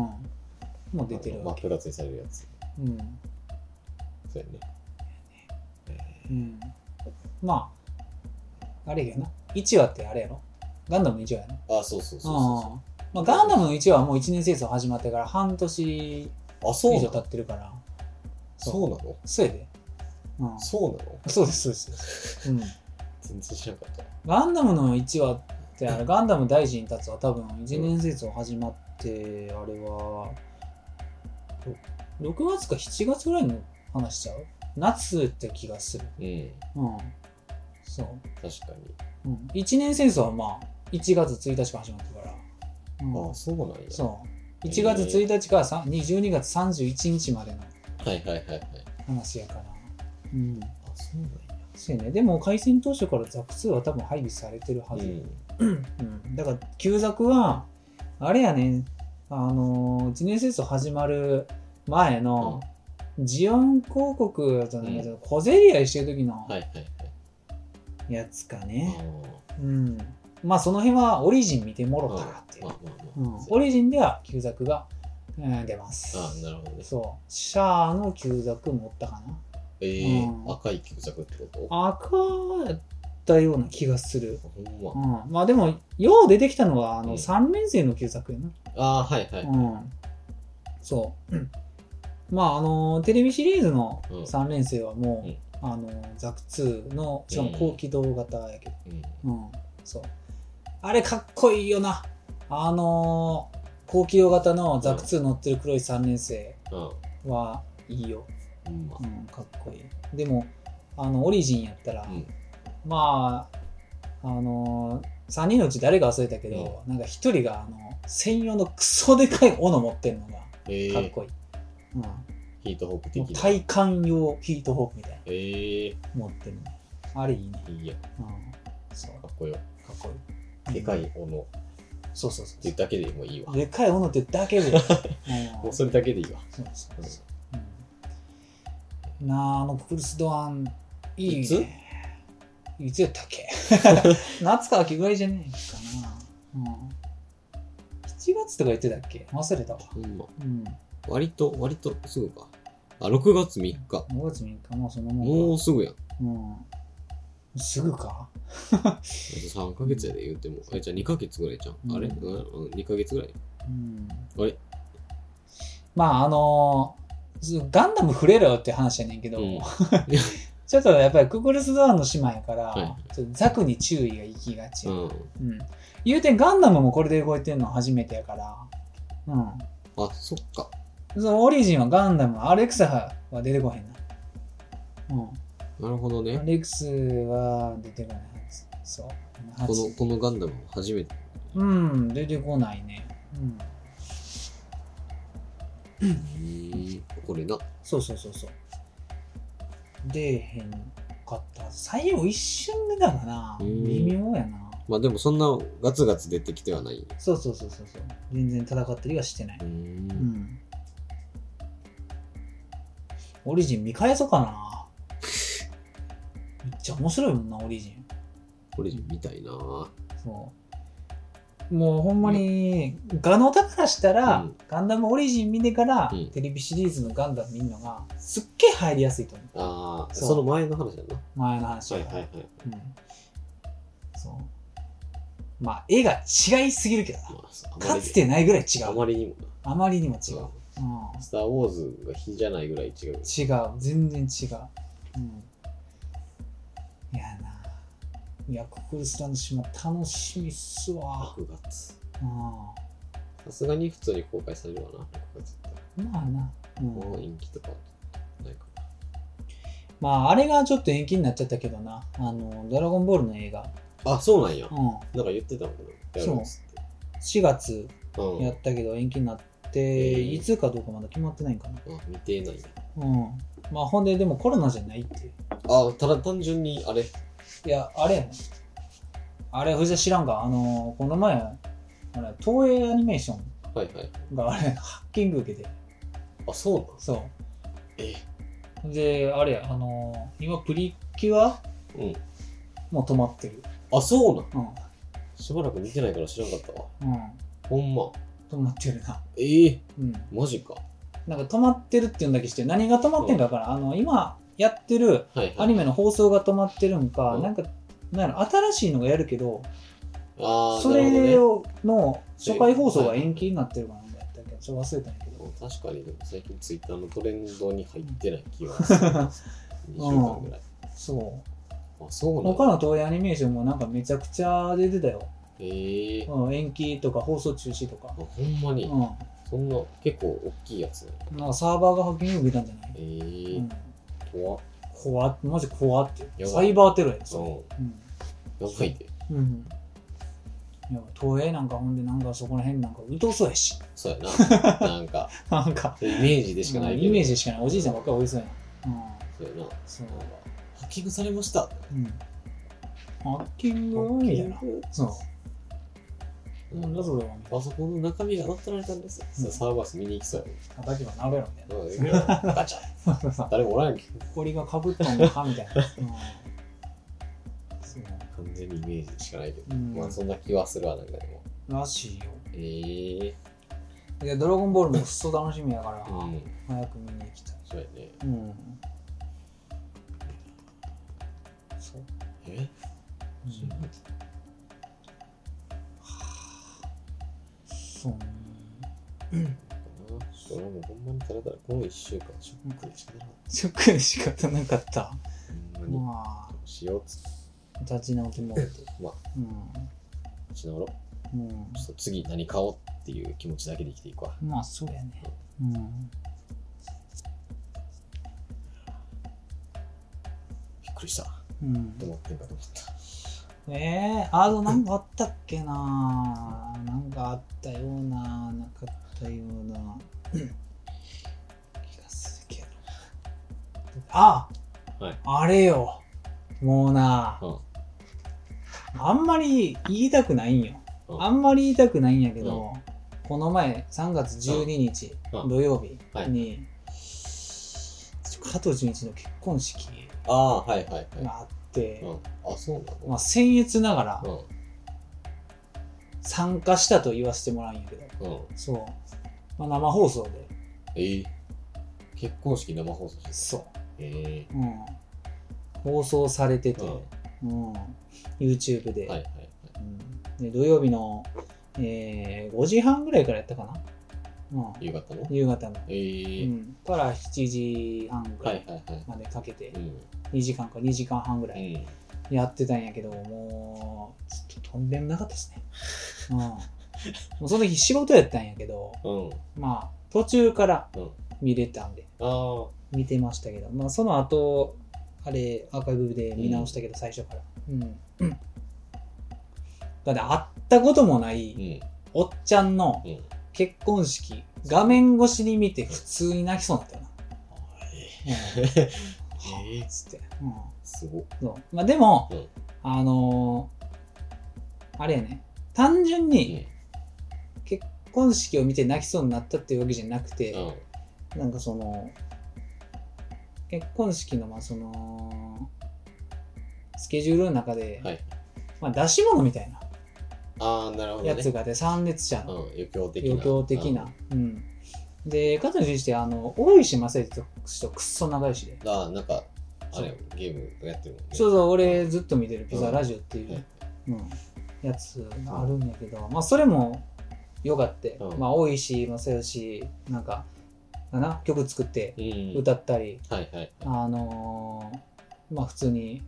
もう出てる
真
わ
っ
け。
二つにされるやつ。
うん。
そうやね。
うん。まあ、あれやな。1話ってあれやろガンダムの1話やな。
あ、そうそうそう
うん
そ。
まあ、ガンダムの1話はもう1年戦争始まってから半年
う。あ、そう
以
な
上経
の
ってるから。
そうなの
そうやで。うん。
そうなの
そうです、そうです。うん。
全然知らなかった。
ガンダムの1話って、あれ、ガンダム大臣に立つは多分、1年戦争始まって、あれは、6月か7月ぐらいの話しちゃう夏って気がする。
うん。
うん。そう。
確かに。
うん、1年戦争はまあ、1月1日から始まってるから。うん
あ、そうなんや。
そう。1月1日からさん12月31日までの
はいはいはいはい。
話やから。うん。
あ、そうなんや。
そうやね。でも、開戦当初からザク2は多分配備されてるはず。
うん。
うん、だから旧作はあれやねあのー一年戦争始まる前の、ジオン広告じゃないけど、小競り合いしてる時の
はいはいはい。
やつか
あ
ね、
ー
うんまあその辺はオリジン見てもろたらっていう、
まあまあ
う
ま
ん
あ。
オリジンでは旧作が、うん出ます
あなるほどね。
そうシャアの旧作持ったかな
ええ
うん
赤い旧作ってこと
赤やったような気がする、
ほん
う
ま。
ん、まあでもよう出てきたのはあ
う
の
ん
3連戦の旧作やな、
あーはいはい。
うん、そう、まああのテレビシリーズの
うん
3連生はもう、
うん
あのザク2のしかも高機動型やけど、
うん。
うんそうあれかっこいいよなあの高機動型のザク2乗ってる黒い3連生
あ
はいいよ、
ほんま
う。ん、かっこいいでもあのオリジンやったら、
うん
まああの3人のうち誰か忘れたけど、なんか1人があの専用のクソでかい斧持ってるのが
ええ
かっこいい。うん、
ヒートホープ
も
的
う
な。
体感用ヒートホークみたいな
ええ
の持ってるね。あれいいね。
いいや。
うん、そう、
かっこよ。
かっこいい。
でか
うん。
い斧っ
そうそうそ
ていうだけでもいいわ
う。。でかい斧ってだ [laughs] けで。うん
もうそれだけでいいわ。
そうそうそううんなあ、あのクルス・ドアン、いい
いつ
ね。いつやったっ [laughs] け夏か秋ぐらいじゃねえかな。うん、7月とか言ってたっけ忘れたわ。
ほんま。
うん。
割と、割とすぐか。あ、6月3日。
5月3日もうそのもんか
もうすぐやん。
うん。すぐか
3ヶ月やで言うても。え、じゃあ2ヶ月ぐらいじゃん。あれ、
うん
うん、?2 ヶ月ぐらい。
うん。
あれ
まあ、あのーガンダム触れろよって話やねんけど、
うん
ちょっとやっぱりククルス・ドアンの姉妹やから、
は
ちょっとザクに注意が行きがち、
う。
うん言うてガンダムもこれで動いてるの初めてやから、うん。
あ、そっか。
そのオリジンはガンダム、アレクサは出てこへんな。うん。
なるほど
ア
ね。
レックスは出てこないはず。そう。
この、このガンダム初めて。
うん、出てこないね。うん。
うん。これな。
そうそうそうそう。出えへんかったはず。最後一瞬でだからな。
うん
微妙やな。
まあでもそんなガツガツ出てきてはない。
そうそうそうそうそう。全然戦ったりはしてない。
ん
うん。オリジン見返そうかな。めっちゃ面白いもんな、オリジン。
これみたいな。
そう。もうほんまに、ガノだからしたら、
うん
ガンダムオリジン見てから、
うん
テレビシリーズのガンダム見るのが、すっげえ入りやすいと思う。
ああ、
そう
その前の話やな。
前の話は。
はい。
うん。そう。まあ、絵が違いすぎるけどな。
まあそう、あま
か
り
つてないぐらい違
あ
う。
まりにも
あまりにも違
違
う。う
う。
ん。
スター・ウォーズが比じゃないぐらい違
違
う。
う全然違う、うん、いやないやククルスランド島楽しみっすわ、
6月。
うん、
さすがに普通に公開されるわな、6月って。
まあな、うん
もう延期とかはないかな。
まああれがちょっと延期になっちゃったけどなあの「ドラゴンボール」の映画、
あ、そうなんや。
うん、
なんか言ってたもんな。やるっつって。
4月
うん。
やったけど延期になって、
うん
いつかどうかまだ決まってないんかな、
あ、見てないや。
うん、まあほんででもコロナじゃないっていう
あ、ただ単純に、あれ。
いやあれやねあれ藤田知らんかあのこの前あれ東映アニメーション
はいはい。
があれハッキング受けて
あ、そうなん
そ
え
うであれやあのー今プリキュア
うん。
もう止まってる
あ、そうなん
うん、うん、
しばらく見てないから知らんかったわ。ほんま。
止まってるな
ええ
うん
マジか。
なんか止まってるっていうんだけして何が止まってんか分からんあの今やってる
はいはい。
アニメの放送が止まってるんか、
うん
なんかなんやろ新しいのがやるけど
ああ、
そ
なるほどね
れをの初回放送が延期になってるかなんかやったっけどちょっと忘れたんやけど
確かにでも最近ツイッターのトレンドに入ってない気 [laughs] はする2週間ぐらい、
そ
あそう
う
なん
他
だ
の東映アニメーションもなんかめちゃくちゃ出てたよ、
へえあ
うん、延期とか放送中止とか
ほんまに、
うん
そんな結構大きいやつなんや
なんかサーバーがハッキング受けたんじゃない、
え
う
ー
ん、
怖っ
怖っマジ怖って
やばい
サイバーテロやで
う
そ
んやばいで
う、うんうん、いや東映なんかほんでなんかそこら辺なんか疎そうやし [laughs]
そうやななんか
なんか
イメージでしかないけど
イメージしかないおじいちゃんばっかりおいそうやなうん
そうやななんか
そう、
ハッキングされました
うん、ハッキングみたいなそうなんだそれはみたい
パソコンの中身が乗っ取られたんです、
うん
サーバース見に行きそう
な叩けばなるやろみたい
やなうんいやガチャ
なそうそう
誰もおらんけど
埃がかぶったんだかみたいな、うん、そう
完全にイメージしかないけど、
うん
まあそんな気はするわなんかでも
らしいよ
ええ
いやドラゴンボールもくっそ楽しみやから
うん
早く見に行きたい
そうやね
うん。そう。
え
そうね。
それはもうほんまにたらたらこの1週間ショックでしかなかっ
ショックで仕方なかった。
たほんまに
ま
どうしようっつって
あ、立ち直ってもらって。
まあ
う。
立ち直ろうん
うん
ちょっと次何買おうっていう気持ちだけで生きていくわ
まあ、そうやね。うん。
びっくりした
うん
どう、なってんかと思った
えー、あとなんかあったっけななんかあったような、なかったような [coughs] 気がするけど。あ、
はい
あれよ。もうな、
うん
あんまり言いたくないんよ。
うん
あんまり言いたくないんやけど、この前3月12日、
うん
土曜日
はい
に、加藤純一の結婚式
ああはいはいは
があって
い、うんあそうな
まあ
の
僭越ながら
うん
参加したと言わせてもらうんやけど、
うん
そう、まあ、生放送で、
ええ結婚式生放送してた
そ
え
う、うん、放送されて
え
て
うん、は
うん、YouTube で,、
いはいはい
うん、で土曜日の、えー5時半ぐらいからやったかな、うん、
夕方の
夕方の、
ええ
うん、から7時半ぐ
は
ら
い
い
はいはい
までかけて
うん
2時間か2時間半ぐら
う
い
ん
やってたんやけど、もうちょっととんでもなかったですね、うん、もうその日仕事やったんやけど
うん
まあ途中から
うん
見れたんで
ああ
見てましたけど、まあ、その後あれアーカイブで見直したけど、最初から、うん、だって会ったこともない
うん。
おっちゃんの
うん
結婚式、画面越しに見て普通に泣きそうになったよな。
えー [laughs]
うんつって。うん。
すごっ。
そう。まあでも、
うん
あのーあれやね、単純に結婚式を見て泣きそうになったっていうわけじゃなくて、
うん。
なんかその、結婚式の、まあその、スケジュールの中で、
はい
まあ出し物みたいな
ああ、なるほど
やつ
ね。
があって、参列者
うん
の、。
余興的な。
余興的な。うん。で、かとにして、あの、大石正義としとくっそ長いしで。
うん。ああ、なんか、あれやもんゲームやってるもんね。
そうそう、俺ずっと見てるピザラジオっていう、うんやつがあるんやけど、まあそれもよかって、
うん
まあ大石正義、なんか、かな、曲作って
うん。
歌ったり、
はいはい。
あのーまあ普通に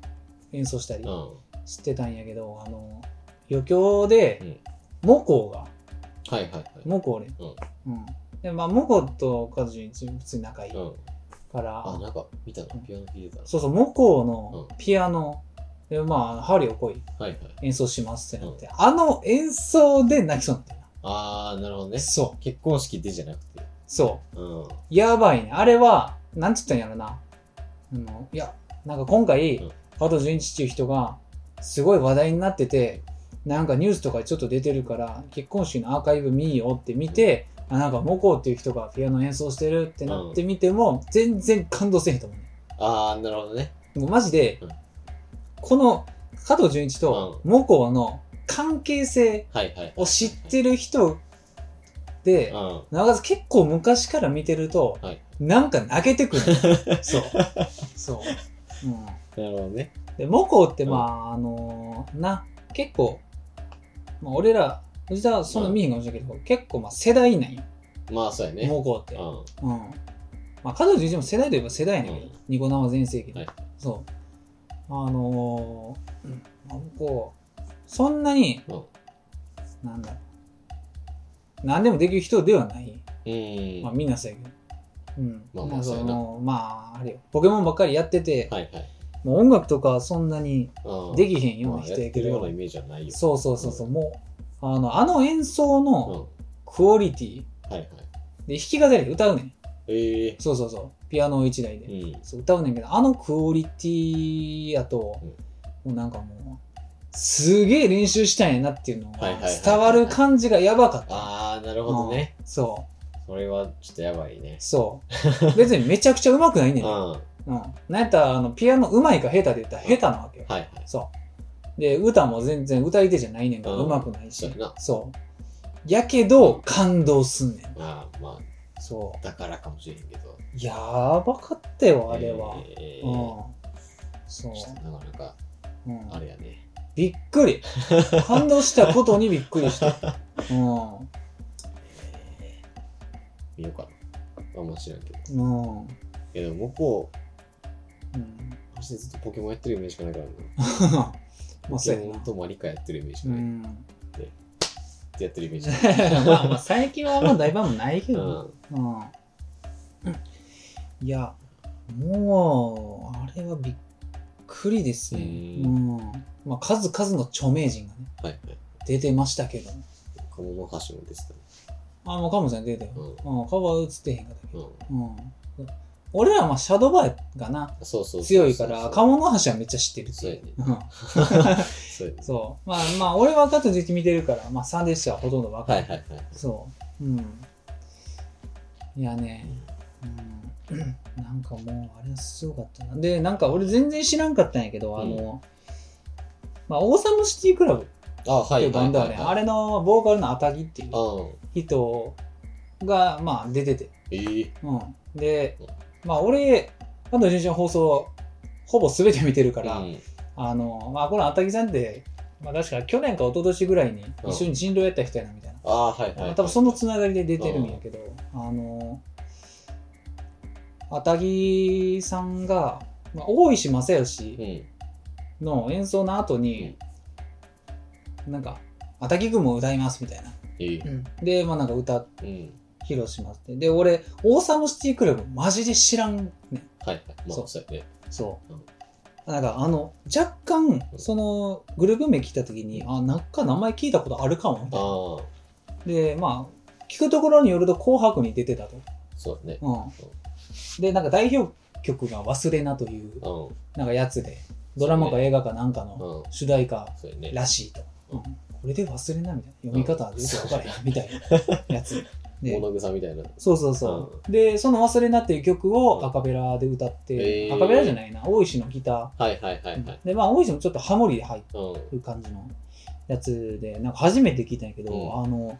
演奏したり
うん。
してたんやけど、あのー余興で
うん、
モコが、
はいはいはい。
モコ俺、うん。で、まあモコとカズジン普通に仲いい
うん。
から、
あ、なんか、見たのピアノ弾いてたの
そうそう、モコの
う
ピアノ、でまあ、ハリオ来い
はいはい。
演奏しますってなって、あの演奏で泣きそうになったよ
ああ、なるほど
な。
ね。
そう、
結婚式でじゃなくて。
そう。
うん。
やばいね。あれは、なんつったんやろな。あのいや、なんか今回
うん、
加藤純一っていう人が、すごい話題になってて、なんかニュースとかにちょっと出てるから、結婚式のアーカイブ見ようって見て、あなんかモコっていう人がピアノ演奏してるってなってみても、全然感動せえへんと思うね。
ああ、なるほどね。
もうマジで、
うん
この加藤純一とモコの関係性
はいはい。
を知ってる人で、
うん。は
なおかつ結構昔から見てると、
い。
なんか泣けて
[laughs]
くる。そう。そう。うん。
なるほどね。
で、モコって、まあ、あのーな、結構、まあ、俺ら、藤田はそんな見えへんかもしれんけど、結構、まあ、世代なんよ。
まあ、そうやね。
モコって。
う
うん。
ん。
まあ、彼女自身も世代といえば世代やねんけど、
うん
ニコ生全盛期の。
はい
そう。あのー、うんまあモコ、そんなに、
うん
なんだろう。なんでもできる人ではない。
うん。
まあ
は
みんなそうやけど。うん。
まあ
なんか
そうや
そ
な
の、まあ、あれよ。ポケモンばっかりやってて、
いはい。
もう音楽とかはそんなに
うん
できへんよう
ま
な
あ
人
や
や
っ
け
てるよう
ど
なイ。メージはないよ。
そうそうそうそう、もう、あの、あの演奏のクオリティ
うん。はいはい。
で弾き語りで歌うねん。
ええ。
そうそうそう。ピアノ一台で。
うん。
そう歌うねんけど、あのクオリティやと、
うん
もうなんかもう、すげえ練習したんやなっていうの
はい
が
はいはいはい
伝わる感じがやばかった。
ああ、なるほどね。
うんそ
それはちょっとやばいね
う、。そう。別にめちゃくちゃ上手くないね
うんん。。は
うん。なんやったら、あの、ピアノ上手いか下手で言ったら下手なわけよ
い。はい。
そう。で、歌も全然歌い手じゃないねんから
うん
上手くないし。
そうやな
そう。やけど、感動すんねん。
まあま
そ
あ、だからかもしれへんけど。
う。やばかったよ、あれは。
ええ。
うん
ち。
そ
ょっとなかなか、
う。うん、
あれやね。
びっくり。感動したことにびっくり [laughs] した。うん。う
見ようかな。あんま知らんけど。い
ん。 [laughs] うん。
や、でも、向こう、マジでずっとポケモンやってるイメージしかないからな。
まあ、
ポ
そ
ケ
うや
モン
な。
とマリカやってるイメージし
う
かな
[laughs]
い。
ん。
やってるイメージ。
[laughs] まあまあ、最近はあんま大盤もないけ
う
どね。
ん。
うんいや、もう、あれはびっくりですね。
う
うんん。まあ、数々の著名人がね、
はいはい。
出てましたけど。
小物橋もですね。
あ、もうカモさん出てよ。
うん。
うん、顔は映ってへんかったけ
う
ど。
ん。
うん。俺らはまあ、シャドーバーがな、
そうそうそうそう。
強いから、カモノハシはめっちゃ知ってるって
そう
い
や
う。
ね。
うん
そうやね。
そう。まあまあ、俺は加藤純一見てるから、まあ、サンデッシュはほとんどわか
は
る。
いはいはい。
そう。うん。いやね、うん、なんかもう、あれはすごかったな。で、なんか俺全然知らんかったんやけど、あの、まあ、オーサムシティクラブっ
あ、は
てい
いうは
バ
い。
ンドはね、あ
れ
れのボーカルのアタギっていう
うん。
人が、まあ、出てて。
ええ。
うん。で
うん、
まあ、俺、あと純の放送、ほぼ全て見てるから、
うん
あの、まあ、このアタギさんって、まあ、確か去年か一昨年ぐらいに一緒に人狼やった人やな、みたいな。
あー、はいはいはい。
多分そのつながりで出てるんやけど、あのあたぎさんが、まあ、大石正
う
義
ん。
の演奏の後に、なんか「あたぎ君も歌います」みたいな、
ええ。
でまあなんか歌
うん。
披露しますってで俺オーサムシティクラブマジで知らんねん
はいはい。ま
そ
あ、
う
そうやね。
そう、なんかあの若干そのグループ名聞いた時にあなんか名前聞いたことあるかもみたい
ああ、
なでまあ聞くところによると「紅白」に出てたと、
そうだね。
うん、でなんか代表曲が「忘れな」という
うん、
なんかやつでドラマか映画かなんかの
うん、
主題歌
そうやね。
らしいと、うん、これで忘れなみたいな読み方は全然分からへんみたいなやつ
[laughs]
で
物草みたいな。
そうそうそう、でその「忘れな」っていう曲をアカペラで歌って、
へー
アカペラじゃないな大石のギタ
はいはいは
ー、
いはい。
でまあ大石もちょっとハモリで入って
うん。
る感じのやつでなんか初めて聞いたんやけど、
うん
あの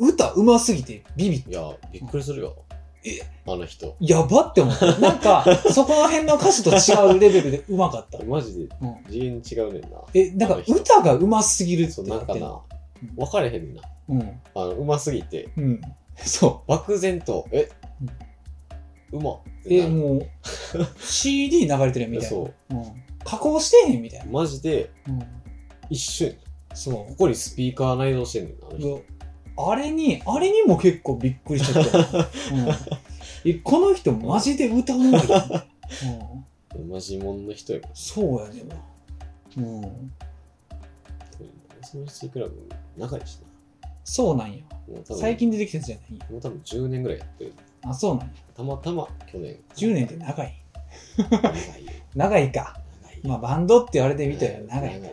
歌うますぎてビビっ
いや、びっくりするよ。
え
あの人。
やばって思ったなん [laughs] かそこら辺の歌詞と違うレベルでうまかった、
マジで
うん、
次元違うねんな。
えなんか歌がうますぎるって
そう、
な
な
っ
ん
て
か
る
な、分かれへんな。
うん
あの、うますぎて、
うん [laughs] そ
漠然と、えうまっ
うえ
てなる。
もう CD 流れてるやんみたいな、
そう
ん、加工してへんみたいな、
マジで、
うん、
一瞬、
そう
ここにスピーカー内蔵してんねんな、あの人。
いやあれに、あれにも結構びっくりしちゃ [laughs] ったよ。うんえ、この人マジで歌うまい [laughs] よ、うん。
マジもんの人やから。
そうやねんな。うん。
その人クラブ、長いし
そうなんや。
な。もう多分
最。近出てきたやつじゃないんや。
もう多分10年ぐらいやってる。
あ、そうなんや。
たまたま去年。
10年って長い。
長いよ。
長いか。
長いよ。
まあ、バンドって言われ
[laughs]
てみたら長い。
よ。
う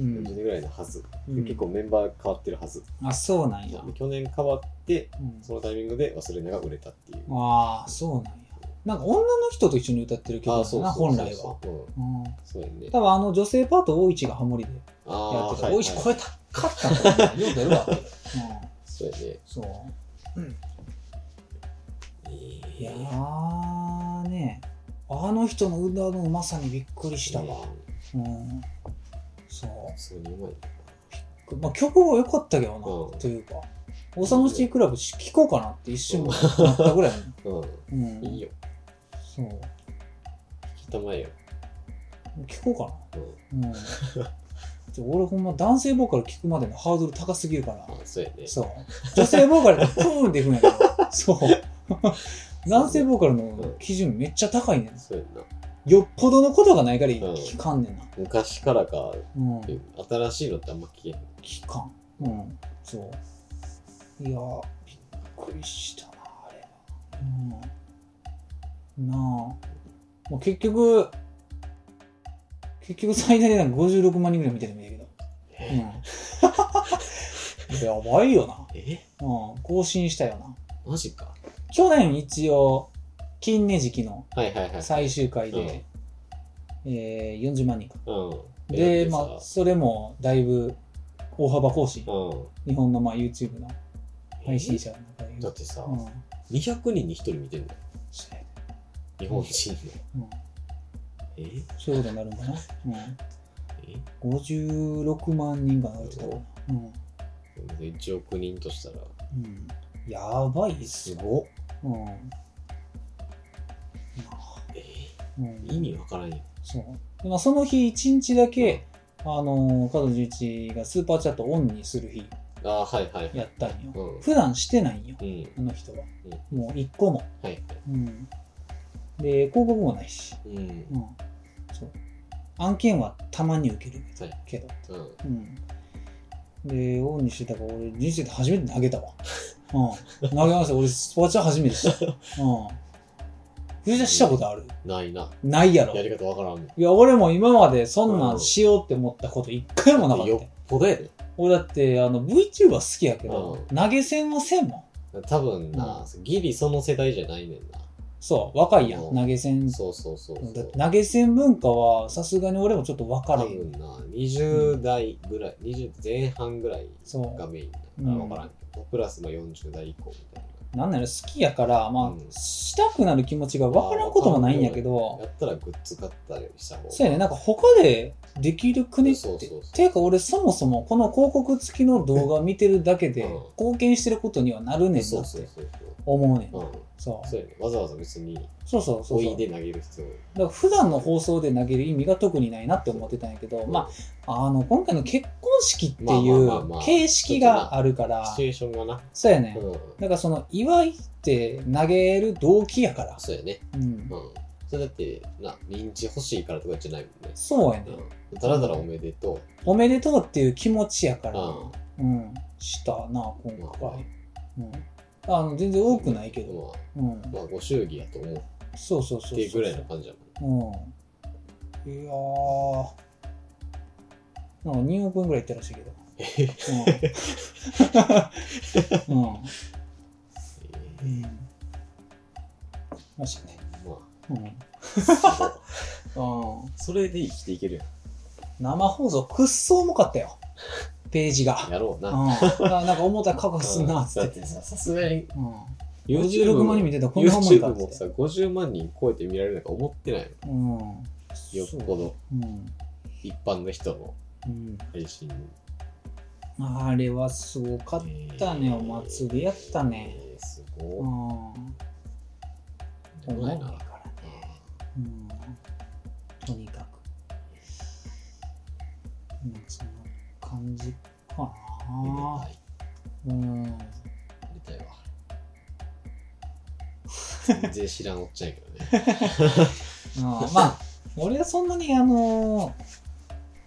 40
ん。
年ぐらいのはず。
うん
結構メンバー変わってるはず。
あ、そうなんや。
去年変わって、
うん
そのタイミングで忘れなが売れたっていう。
ああ、そうなんや。なんか女の人と一緒に歌ってる曲
あ
だ
あ、そう
な、
そう
本
そう
来
そ
は。
う。うん
うん。
そうやね。
多分あの女性パート大市がハモリでや
あ
っ
あ
て
ー、
た。
はい
大
はい
市声高かったんだよ。よう出るわ。うん。
そうやね。
そう。い
い
やーね、あの人の歌のうまさにびっくりしたわ。うん。そ
そうにうまい。
う。まあ、曲は良かったけどな、
うん
というか。オサムシティクラブし聴こうかなって一瞬思った
[laughs]
ぐらいなの。
う
うん
ん。いい
よ。
よ。
そう。
聞いたまえよ。
聴こ
う
うか
ん。
な。うん。ちょ俺ほんま男性ボーカル聴くまでのハードル高すぎるから
あ。ーそうやね。
そう。女性ボーカルでプーンっていくんやけ
[laughs]
ど。そう。男性ボーカルの基準めっちゃ高いねん。
そうやんな。
よっぽどのことがないから聞かんねんな。
昔からか、
うん。
新しいのってあんま聞けへん。
期間うんそういやーびっくりしたなあれはうんなあもう結局結局最大でなんか56万人ぐらい見てるんだけど、うん、やばいよな、
え
うん、更新したよな
マジか。
去年一応金ね時期の
はいはいはい。
最終回で、えー、40万人か
うん。
で、
だってさ
まあ、それもだいぶ大幅更新
うん。
日本のまあ YouTube の配信者の中で
え
言
だ
う
ってさ、
うん
200人に1人見てんだよ。
そうや
日本人の。
うん
え
そういうことになるんかな、
え
うん、56万人が流れてたかな、うん
1億人としたら、
うん、やばいっす
す
よ、
ごっ。
うんなあ
え
うん、
意味わからんよ。
そうで、まあ、その日1日だけ、あのー加藤純一がスーパーチャットオンにする日
あーはいはいはい。
やったんよ、
うん
普段してないんよ
うん。はい
あの人は、もう一個も、
はい。
うん、で広告もないし
うん。
うん、そう案件はたまに受ける
はい。
けど、
うん。
うん、でオンにしてたから俺人生で初めて投げたわ、うん、投げました俺スポーツは初めてした、うん、藤田したことある
ないな。
ないやろ
やり方わからん
い
もん。
や俺も今までそんなんしようって思ったこと一回もなかった
よっぽどやで。
俺だってあの VTuber 好きやけど、
う
投げ銭はせんもん
多分な、ギリその世代じゃないねん
そう若いやん
うん
投げ銭
な。そうそうそうそ
だっ
う
て。投げ銭文化はさすがに俺もちょっと分か
多
らへん
分な、20代ぐらい、20前半ぐらい
そう
がメインだか
う
ら
ん
わからんけど、プラスまあ40代以降みたい
なんなら好きやから、まあ、
うん
したくなる気持ちが分からんこともないんやけ
な。
ど、
やったらグッズ買ったりした方が。
そうやね、なんか他でできるくねって。
そうそうそう
ていうか俺そもそもこの広告付きの動画見てるだけで
うん
貢献してることにはなるねん
そ
な
う
っ
そう
て
そうそう。
思うねん。
うん、
そ
そ
う。
うやね。わざわざ別に、
そうそうそうそ
お
う。
い
だ
で投げる必要。
から普段の放送で投げる意味が特にないなって思ってたんやけど、まあ、あの、今回の結婚式ってい
まあまあまあま
う
あ
形式があるか
あ、シ
ら
チ、ュエーションがな。
そうやね。
うんん。
だからその、祝いって投げる動機やから。
そうやね。
うん
う。ん。それだって、な、認知欲しいからとかじゃないもんね。
そうやね。
うん。だらだらおめでと
おめでとうっていう気持ちやか
う。
ら、
あ
うん、したな、今
あまあ、
回。うん。あの、全然多くないけど。
ま
うん。
あ、まあ、ご祝儀やと思うっ
そうそうそうそう。
ていうぐらいの感じやもんね。
うん。いやー。なんか2億円ぐらいいったらしいけど。うん。 [laughs] うん。うん。ましたね。
ま
うん。
あ、すごい
うん。
それで生きていける
生放送くっそ重かったよ。ページが
やん。。やろ
う
うな。
ん。あなんか重たい覚悟すんな、つ
だ
っ
って
て。
さ、さすがに
うん。
YouTube
46
も
万人見てたらこんなもん
YouTube
かっ
も
つ
さ、
って。
50万人超えて見られるなんか思ってない
うん。
の。よっぽど
うん。
一般の人の
うん。
配信。
あれはすごか
あ
ったね、お祭りやったね。。
す
う
ごい。
ん。
とんでもないな。
思うからうんとにかく、うん、そんな感じか
うん
なうん
入れたいわ。全然知らんおっちゃんやけどね。
あまあ俺はそんなにあのー、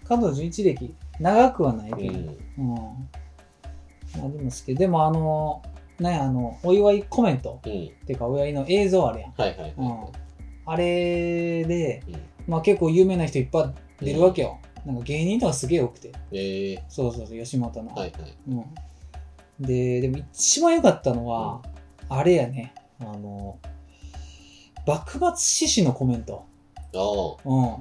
彼女一歴長くはないけど、うんまあ、でも好きでもあのー、ねあのお祝いコメント
うん。うん。
っていうかお祝いの映像あるやん、
はいはい
うん
は、
あれで、
い。うん。
まあ、結構有名な人いっぱい出るわけよ、なんか芸人とかすげえ多くて
ええ
そうそうそう吉本の、
はいはい。
うん、ででも一番良かったのは、あれやねあの幕末志士のコメント、
ああ。
うん、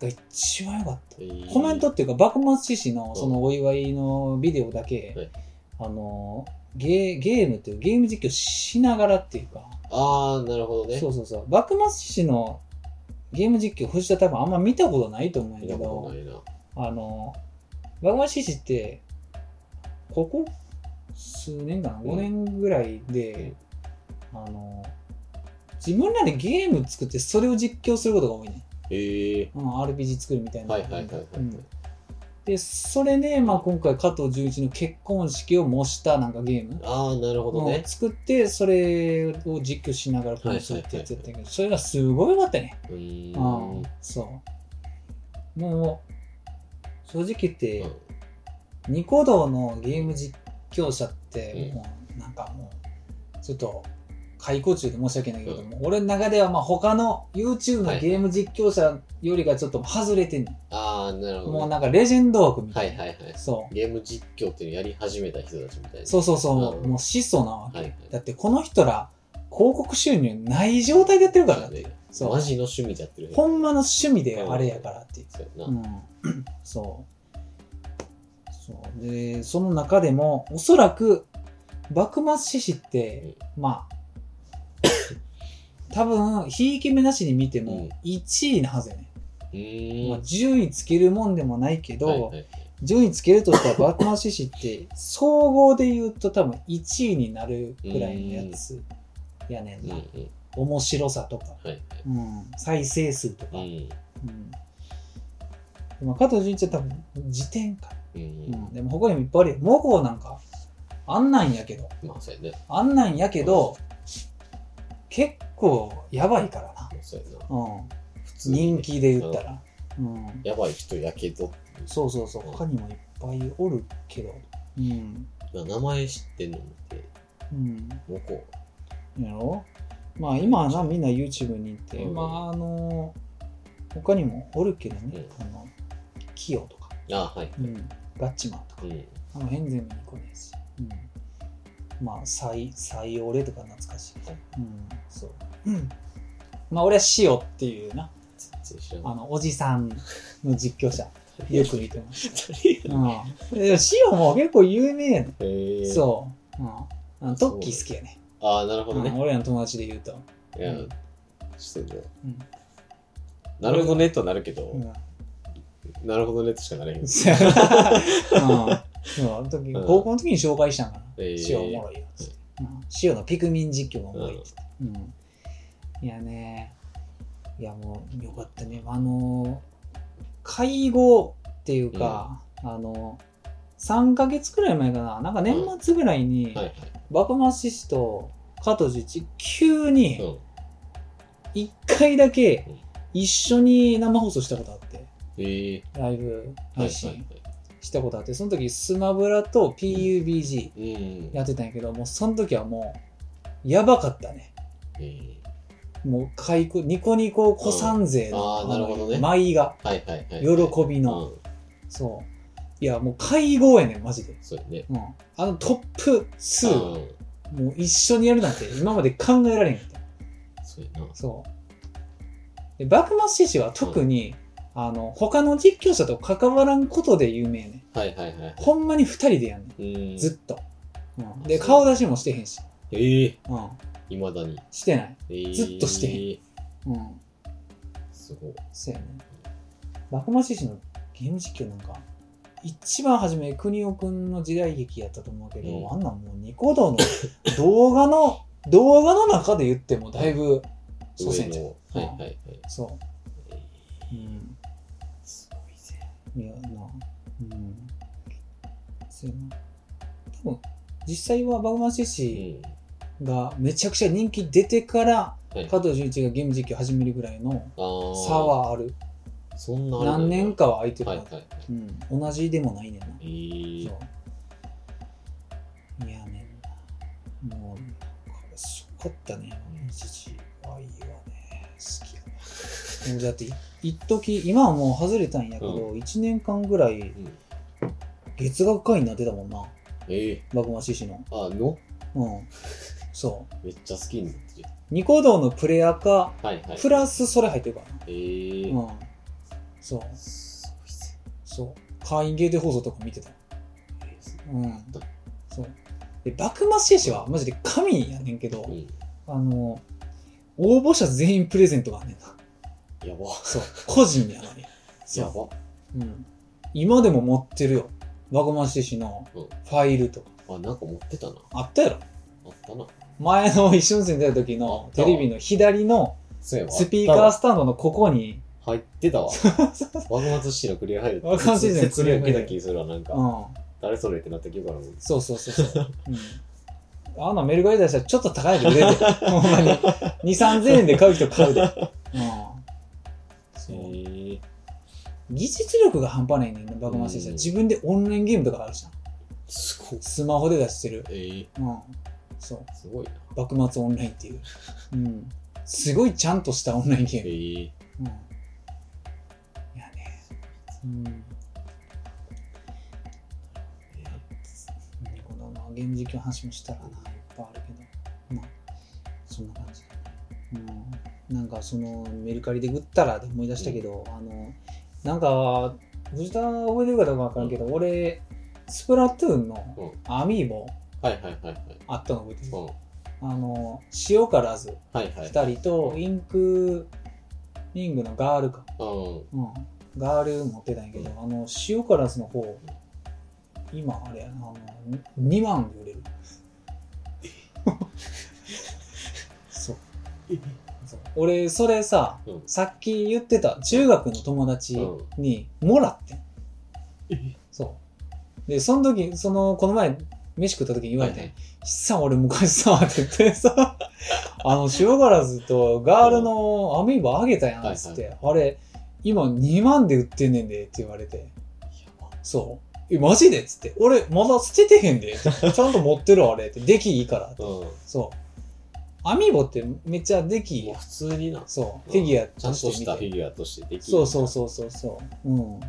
が一番良かった
えー
コメントっていうか幕末志士のそのお祝いのビデオだけ、
はい
あのゲーゲームっていうゲーム実況しながらっていうか、
ああ、なるほどね。
そうそうそう幕末志士のゲーム実況藤田多分あんま見たことないと思うんや
見
け
た
ど
ことないな。
あの、バグマシシって、ここ数年かな、
うん
5年ぐらいで、あの、自分らでゲーム作ってそれを実況することが多いね。
ええ
うん、RPG 作るみたいな。
はいはいはいはいはい
うんで、それで、まあ、今回加藤純一の結婚式を模したなんかゲーム
ああ、なるほど
を
ね。
作って、それを実況しながらプレイするってやつやったけど、それがすごい良かったね。
うー
うん
ん。、
そう。もう、正直言って、
うん
ニコ動のゲーム実況者って、
うん
もうなんかもう、ちょっと、解雇中で申し訳ないけども、俺の中ではまあ他の YouTube のゲーム実況者よりがちょっと外れてんの、
ああ、なるほど、ね。
もうなんかレジェンド枠みた
はいい
な。
はいはい。
そう
ゲーム実況っていうのやり始めた人たちみたいな。
そうそうそう、
うん
もう質素なわけ。
はいはい。
だってこの人ら、広告収入ない状態でやってるからだって。
そう
そ
マ
う。
ジの趣味でやってる。
ほんまの趣味であれやからっていう。
そうやな。
うん [clears throat] そうそうでその中でもおそらく幕末志士って、まあ [coughs] 多分ひいき目なしに見て
う
も
ん
1位なはずやね、
う
まあ、
ーん。
順位つけるもんでもないけど、
はいはい
順位つけるとしたら幕末志士って総合で言うと多分1位になるくらいのやつやねん
うん
な、
うん。
面白さとか、
はい
うん、再生数とか、
はい。うん。
うんでも加藤純一は多分辞典か、
う
うん
ん。
でも他にもいっぱいあるよ母校なんかあんなんやけど
まあ、そうやね。
あんなんやけど、結構やばいからな、
そうやな。
うん、
普通に
人気で言ったら、うん、
やばい人やけど。
そうそうそう他にもいっぱいおるけどうん
な名前知ってんのって、
うん
向こ
やろまあ今はなみんな YouTube に行って、
うん
まああの他にもおるけどね、
う
あのキヨとか、
う。ああ、はい。
うん、ガッチマンとか
うん。
あの辺全部に来ないし、うん、まあ採採用例とか懐かしい、うん、そう、うん、まあ俺は塩っていうな
全然知ら
あ
ない。
のおじさんの実況者よく見てまし
誰
た、
や
うん、でも塩も結構有名やね
へー
そう、うん、あのトッキー好きやね
ああ、なるほ
う
ど
ん
ね。
俺らの友達で言うと、
いや
うん、
ちょっとね
うん
なるほどねとはなるけど、
うん
なるほどねとしかなれへん。
そうやなうんそうあの時
うん
高校の時に紹介したんかな、
えー
塩おもろいよ、うん塩のピクミン実況がおもろいって、うんいやねいやもうよかったねあの介護っていうか、あの3ヶ月くらい前かななんか年末ぐらいに
はいはい。
幕末志士と加藤純一急に
うん。
一回だけ一緒に生放送したことあって、
ええ
ライブ
ー。
配信したことあって、その時スマブラと PUBG
い。うん。
やってたんやけど、もうその時はもう、やばかったね。
えー
もう開口、ニコニコ子さん勢の、
あーなるほどね
舞が、
はいはいはい。
喜びの、
うん。
そう。いや、もう会合やねん、マジで。
そうやね。
うん。あのトップ2、
ん。
もう一緒にやるなんて今まで考えられへんかった。
そうやな。
そう。で、幕末志士は特に、あの、他の実況者と関わらんことで有名ね。
はいはいはい。
ほんまに二人でやんね
うん
ん。。ずっと。うん、で、
そう
顔出しもしてへんし。
ええ
うん。
いまだに。
してない。
えー
ずっとしてへうん。
すごい。
そうやね。幕末志士のゲーム実況なんか、一番初め、国尾くんの時代劇やったと思うけど、
うん
あんなんもうニコ動の [laughs] 動画の、動画の中で言ってもだいぶ、祖先じゃん。
上のはいはいはい。
そう。
えー
うん。
すごいぜ。
いやなうんそうやな多分実際はバグマンシ氏
う
がめちゃくちゃ人気出てから
ん。はい。
加藤純一がゲーム実況始めるぐらいの
あー
差。はある
そんなあれなんだ
何年かは空いてるか
はい
ら、
はいはい。
うん、同じでもないねんな、
えー
そういやねんなもうなんかすごかったね
うん
父はいいわね好きやわもうだってい一時今はもう外れたんやけど、一1年間ぐらい
うん
月額会員になってたもんな
え
バグマシシの。
ーあ、の
うん。そう。
めっちゃ好きになってる。
ニコ動のプレイヤーか、
はいはい。
プラスそれ入ってるから
えー
な。うん。そう。
すごいぜ。
そう。会員限定放送とか見てた。
えーす
うん。そう。で、バクマシシはマジで神やねんけど
ご、い
あの、応募者全員プレゼントがあんねんな。
うん。やば。
そう。個人やのに。
や
そ
ば。
う。うん。今でも持ってるよ。バグマシシの
うん
ファイルとか。
あ、なんか持ってたな。
あったやろ
あったな。
前の一緒に住んでた時のテレビの左の
そうやわ。
スピーカースタンドのここに
入っ
[laughs]
てたわ。ワグマツシのクリアファイル。
ワグマツシの
ク
ク
リ
リ
ア
ア
フ
ファ
ァイ
イ
ル。
ル
気するわ、なん
う
か。
ん。
誰それってなったけどからも。
そうそうそうそう。うん、あんなメルカリ出したらちょっと高いけど、売れて。ほんまに。2、3000円で買う人買うで。うん。
え
そう
ー
技術力が半端ないねんな、バグマシした
うん
ら。自分でオンラインゲームとかあるじゃん。
すごい。
スマホで出してる。
えー
うん。そう。
すごいな。
幕末オンラインっていう。うん。すごいちゃんとしたオンラインゲ
え
ーム。う
ー
ん。いやね。うん。このな現実の話もしたらないっぱいあるけどまあそんな感じだね、うん、なんかそのメルカリで売ったらで思い出したけど、あのなんか藤田覚えてるかどうかわからんけど、俺スプラトゥーンのアミーボ
はいはいはいはい。
あったの覚えて
う
る、
ん。は
あの塩からず
いはい。
2人とインクリングのガールか、
うん。
うん、ガール持ってたんやけど、あの塩からずの方今あれやなあの2万で売れる
[laughs]
そうそう俺それさ
うん
さっき言ってた中学の友達にもらってん、
え
そうでその時そのこの前飯食った時に言われてん、
はい
さ俺昔さって言ってさあの塩ガラズとガールのアミーボあげたやんっつって、あれ今2万で売ってんねんでって言われて
やば。
そうえマジでっつって俺まだ捨ててへんで [laughs] ってちゃんと持ってるあれって出来いいからって
うん。
そうアミーボってめっちゃ出来いい
もう
やん
普通にな。
そうフィギュア
ちゃん
と
と
し
してた
見
フィ
て
ギュアとしてできる。
そうそうそうそうそううん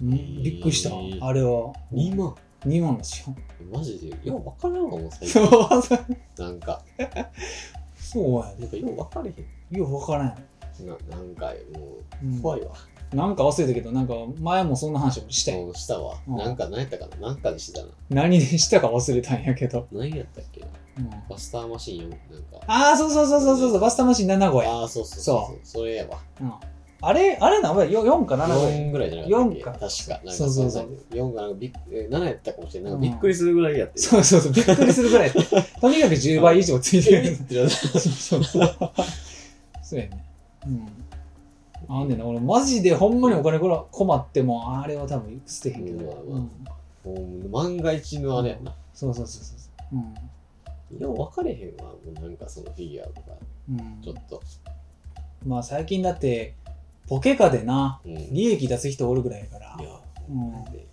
うんびっくりしたあれは
2万
2万ですよ
マジでよう分からんわもう
[laughs]
最
そ
近
う
なんか
そうや
なん
で
かよう分かれへ
よう分からん
んななんかも
うん
う怖いわ、
なんか忘れたけど、なんか前もそんな話をしたよ。
もうしたわ、
うん
なんか何やったかななんかでしたな
何でしたか忘れたんやけど。
何やったっけな
うん
バスターマシン4なんか
ああ、そうそうそうそうそうそう、バスターマシン7号や。
ああそうそうそうそうそれやわ
うんあれ、あれな、俺よ4か7号や。
4ぐらいじゃなかったっけ
四か
確かなんか
そうそうそう
4かなんかびっえ7やったかもしれないなん
う
か
ん
びっくりするぐらいやって [laughs]
そうそうそう、びっくりするぐらい。とにかく10倍以上ついて
え
る
っ。てなった
そうそうそう。そうやね。うん。あんねんな、俺マジでほんまにお金こら困っても、あれは多分捨てへんけど。
うわうわ
うん
もう万が一のあれやな
そうそうそうそう。うん。
よう分かれへんわ、もうなんかそのフィギュアとか、
うん
ちょっと。
まあ最近だって、ポケカでな、
うん。いや、
利益出す人おるぐらいやから、うん
だって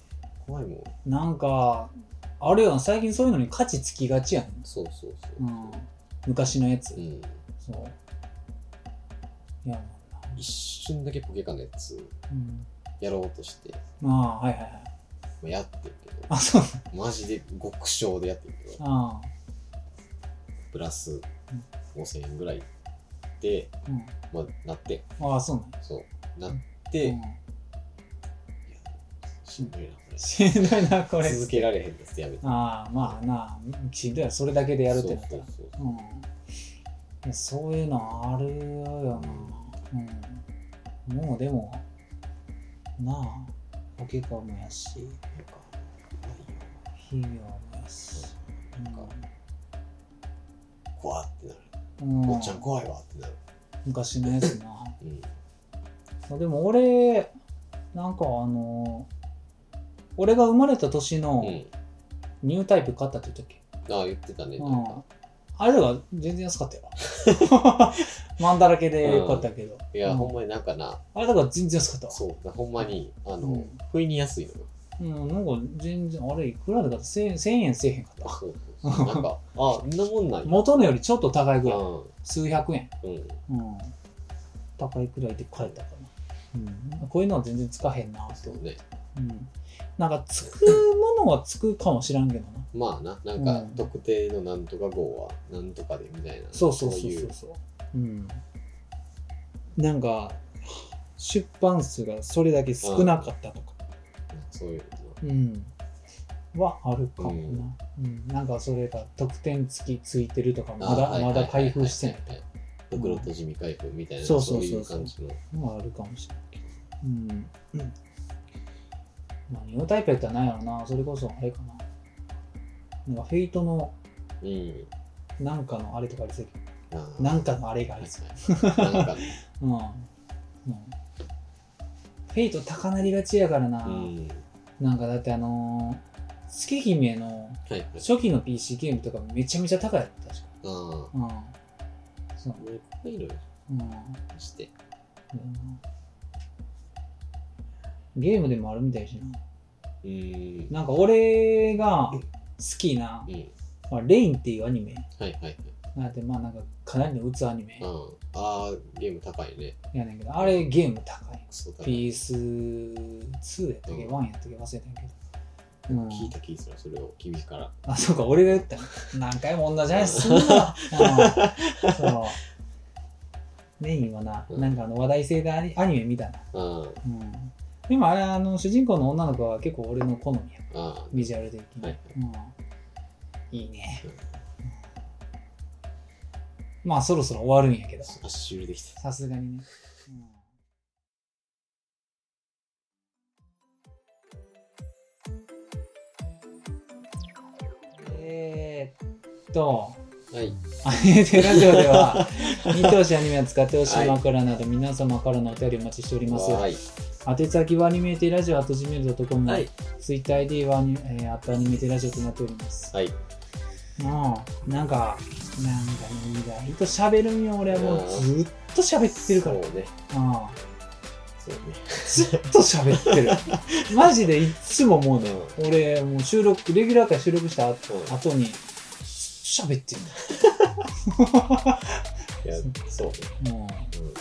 怖いもん。
なんか、あれやん、最近そういうのに価値つきがちやん。
そうそうそうう。
ん、昔のやつ。
うん。
そう。いや、
一瞬だけポケカのやつ
うん、
やろうとして、
まあ、はいはいはい。
まあやってるけど、
あ、そう
マジで極小でやってるけど、
あ
プラス5000円ぐらいで、
あ、うん。
まあ、なって、
ああ、そうなんや
そう、なって、
うん [laughs]
しんどいな、これ。
しんどいな、これ。
続けられへんです、やめて。
ああ、まあなあ、しんどいよそれだけでやるってなったら。
そうそう
うんいや。そういうのあるよな。うん。もうでも、なあ、ポケカもやし、
なんか怖いよ
フィギュアもやし。
怖ってなる。
うん。うん
おっちゃん怖いわってなる。
昔のやつな。 [laughs]
うん。
まあでも俺なんかあの俺が生まれた年の
うん。
ニュータイプ買ったって言ったっ
ああ、言ってたね。
け、
な
うんん
か。
あれは全然安かった
[laughs]
よマンだらけでよかったけど、
いや、
うん
ほんまになんかな、
あれだから全然安かったわ
そう、ほんまに、あ
う
の
ん、
不意に安いのよ。
うんなんか全然あれいくらだかった1000 1000円せえへんかった
あ
わ
そうそうそうなんか、あ、そんなもんない。
元のよりちょっと高いぐらい
うん
数百円、
うん。
うん、高いくらいで買えたかな、うん、こういうのは全然つかへんなと
そう、ね。
うん、なんかつくものはつくかもしらんけどな
まあな、なんか
うん
特定のなんとか号はなんとかでみたいな。
そうそうそう
い
そうそううん、なんか出版数がそれだけ少なかったとか、
そういう
うん、はあるかもな、うんなんかそれが得点付きついてるとか
の。
まだ
あ
まだ開封してない。
はいはいはいはい袋とじみ開封みたいな、
そう
そ
そうう
い
そううそう
感じの。
のはあるかもしれないけどうん、うんまあ、ニュータイプやったらないやろなそれこそあれかななんかフェイトの
うん。
なんかのあれとかありそうやけ
あ
ど
ー
なんかのあれがあ
はい
りそう [laughs]
はいなんかね、
うんうんフェイト高なりがちやからな、
うん。は
なんかだってあのー、月姫の
いはい。
初期の PC ゲームとかめちゃめちゃ高いやった確か
ああ。も
うんそう
ういっぱいいるよ
うん
して。
ゲームでもあるみたいしな
うん。
なんか俺が好きな
う、ん。
まあ、レインっていうアニメ
はいはいはい。
なんてまあなんかかなりの打つアニメ
うん。ああ、ゲーム高いね。
やねんけどあれゲーム高い
クソ高い。
PS2 やったっけ、
うん
1やったっけ忘れたんやけど、うん、
聞いた気する、それを君から。
あ、そうか、俺が言ったの。何回も同じ話すん
[laughs]
な。うんそう。メインはな、
うん
なんかあの話題性でアニアニメ見たな。
うん。
うん。でもあれ、あの、主人公の女の子は結構俺の好みや。
あ
ビジュアル的に。
はい
うん、いいね。
う
うんんまあ、そろそろ終わるんやけど。
あ、足ルできた。
さすがにね。うんえー、っと、
はい。
アニメテラジオで
[laughs]
は、見通しアニメを使ってほしい枕など、皆様からのお便りお待ちしております。
はい。
宛先はアニメテラジオ、あと gmail.com、
はい。
TwitterID はアニ、えー、あとアニメテラジオとなっております。
はい。
もう、なんか、なんかいいが、意と喋るんよ、俺はもうずっと喋ってるから。
そうね。
うん
そうね。
ずっと喋って
[laughs]
る。マジでいつも思うのよ。俺、もう収録、レギュラーから収録した後
うん
後に、ずっと喋って
いや、そうね。
るの。もう
う
そ
ん。
の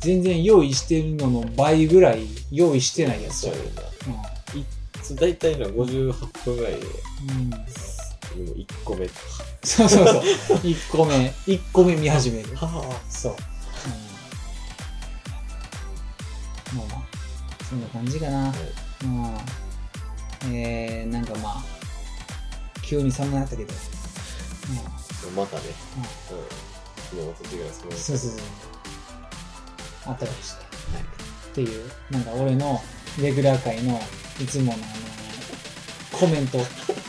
全然用意してるのの倍ぐらい用意してないやつ
そ
や
う
る。
なんだ。そう大体な58分ぐらいで、
うんうん
でも1個目。は
そうそうそう。1個目、1個目見始める。
あ。
そう。うん、まあまあ、そんな感じかな。
い
うん。えー、なんかまあ、急に寒くなったけど。
またね。うん。昨日、おととぐらいそ
うん。
の
そうそうそう。あったかくして。っていう、なんか俺のレギュラー界のいつものあの、コメント、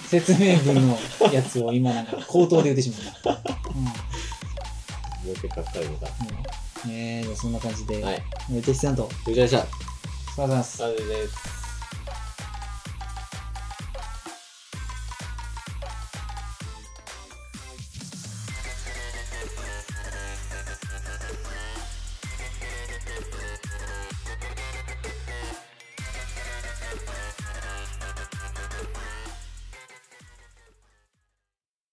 説明文のやつを今なんか口頭で言ってしまった。
はい。もう一回買ったりとか。
うん。うん、えー、じゃあそんな感じで、
はい。
えー、てきさんと、お疲れ
藤井さん。あ
様です。
りがとうございます。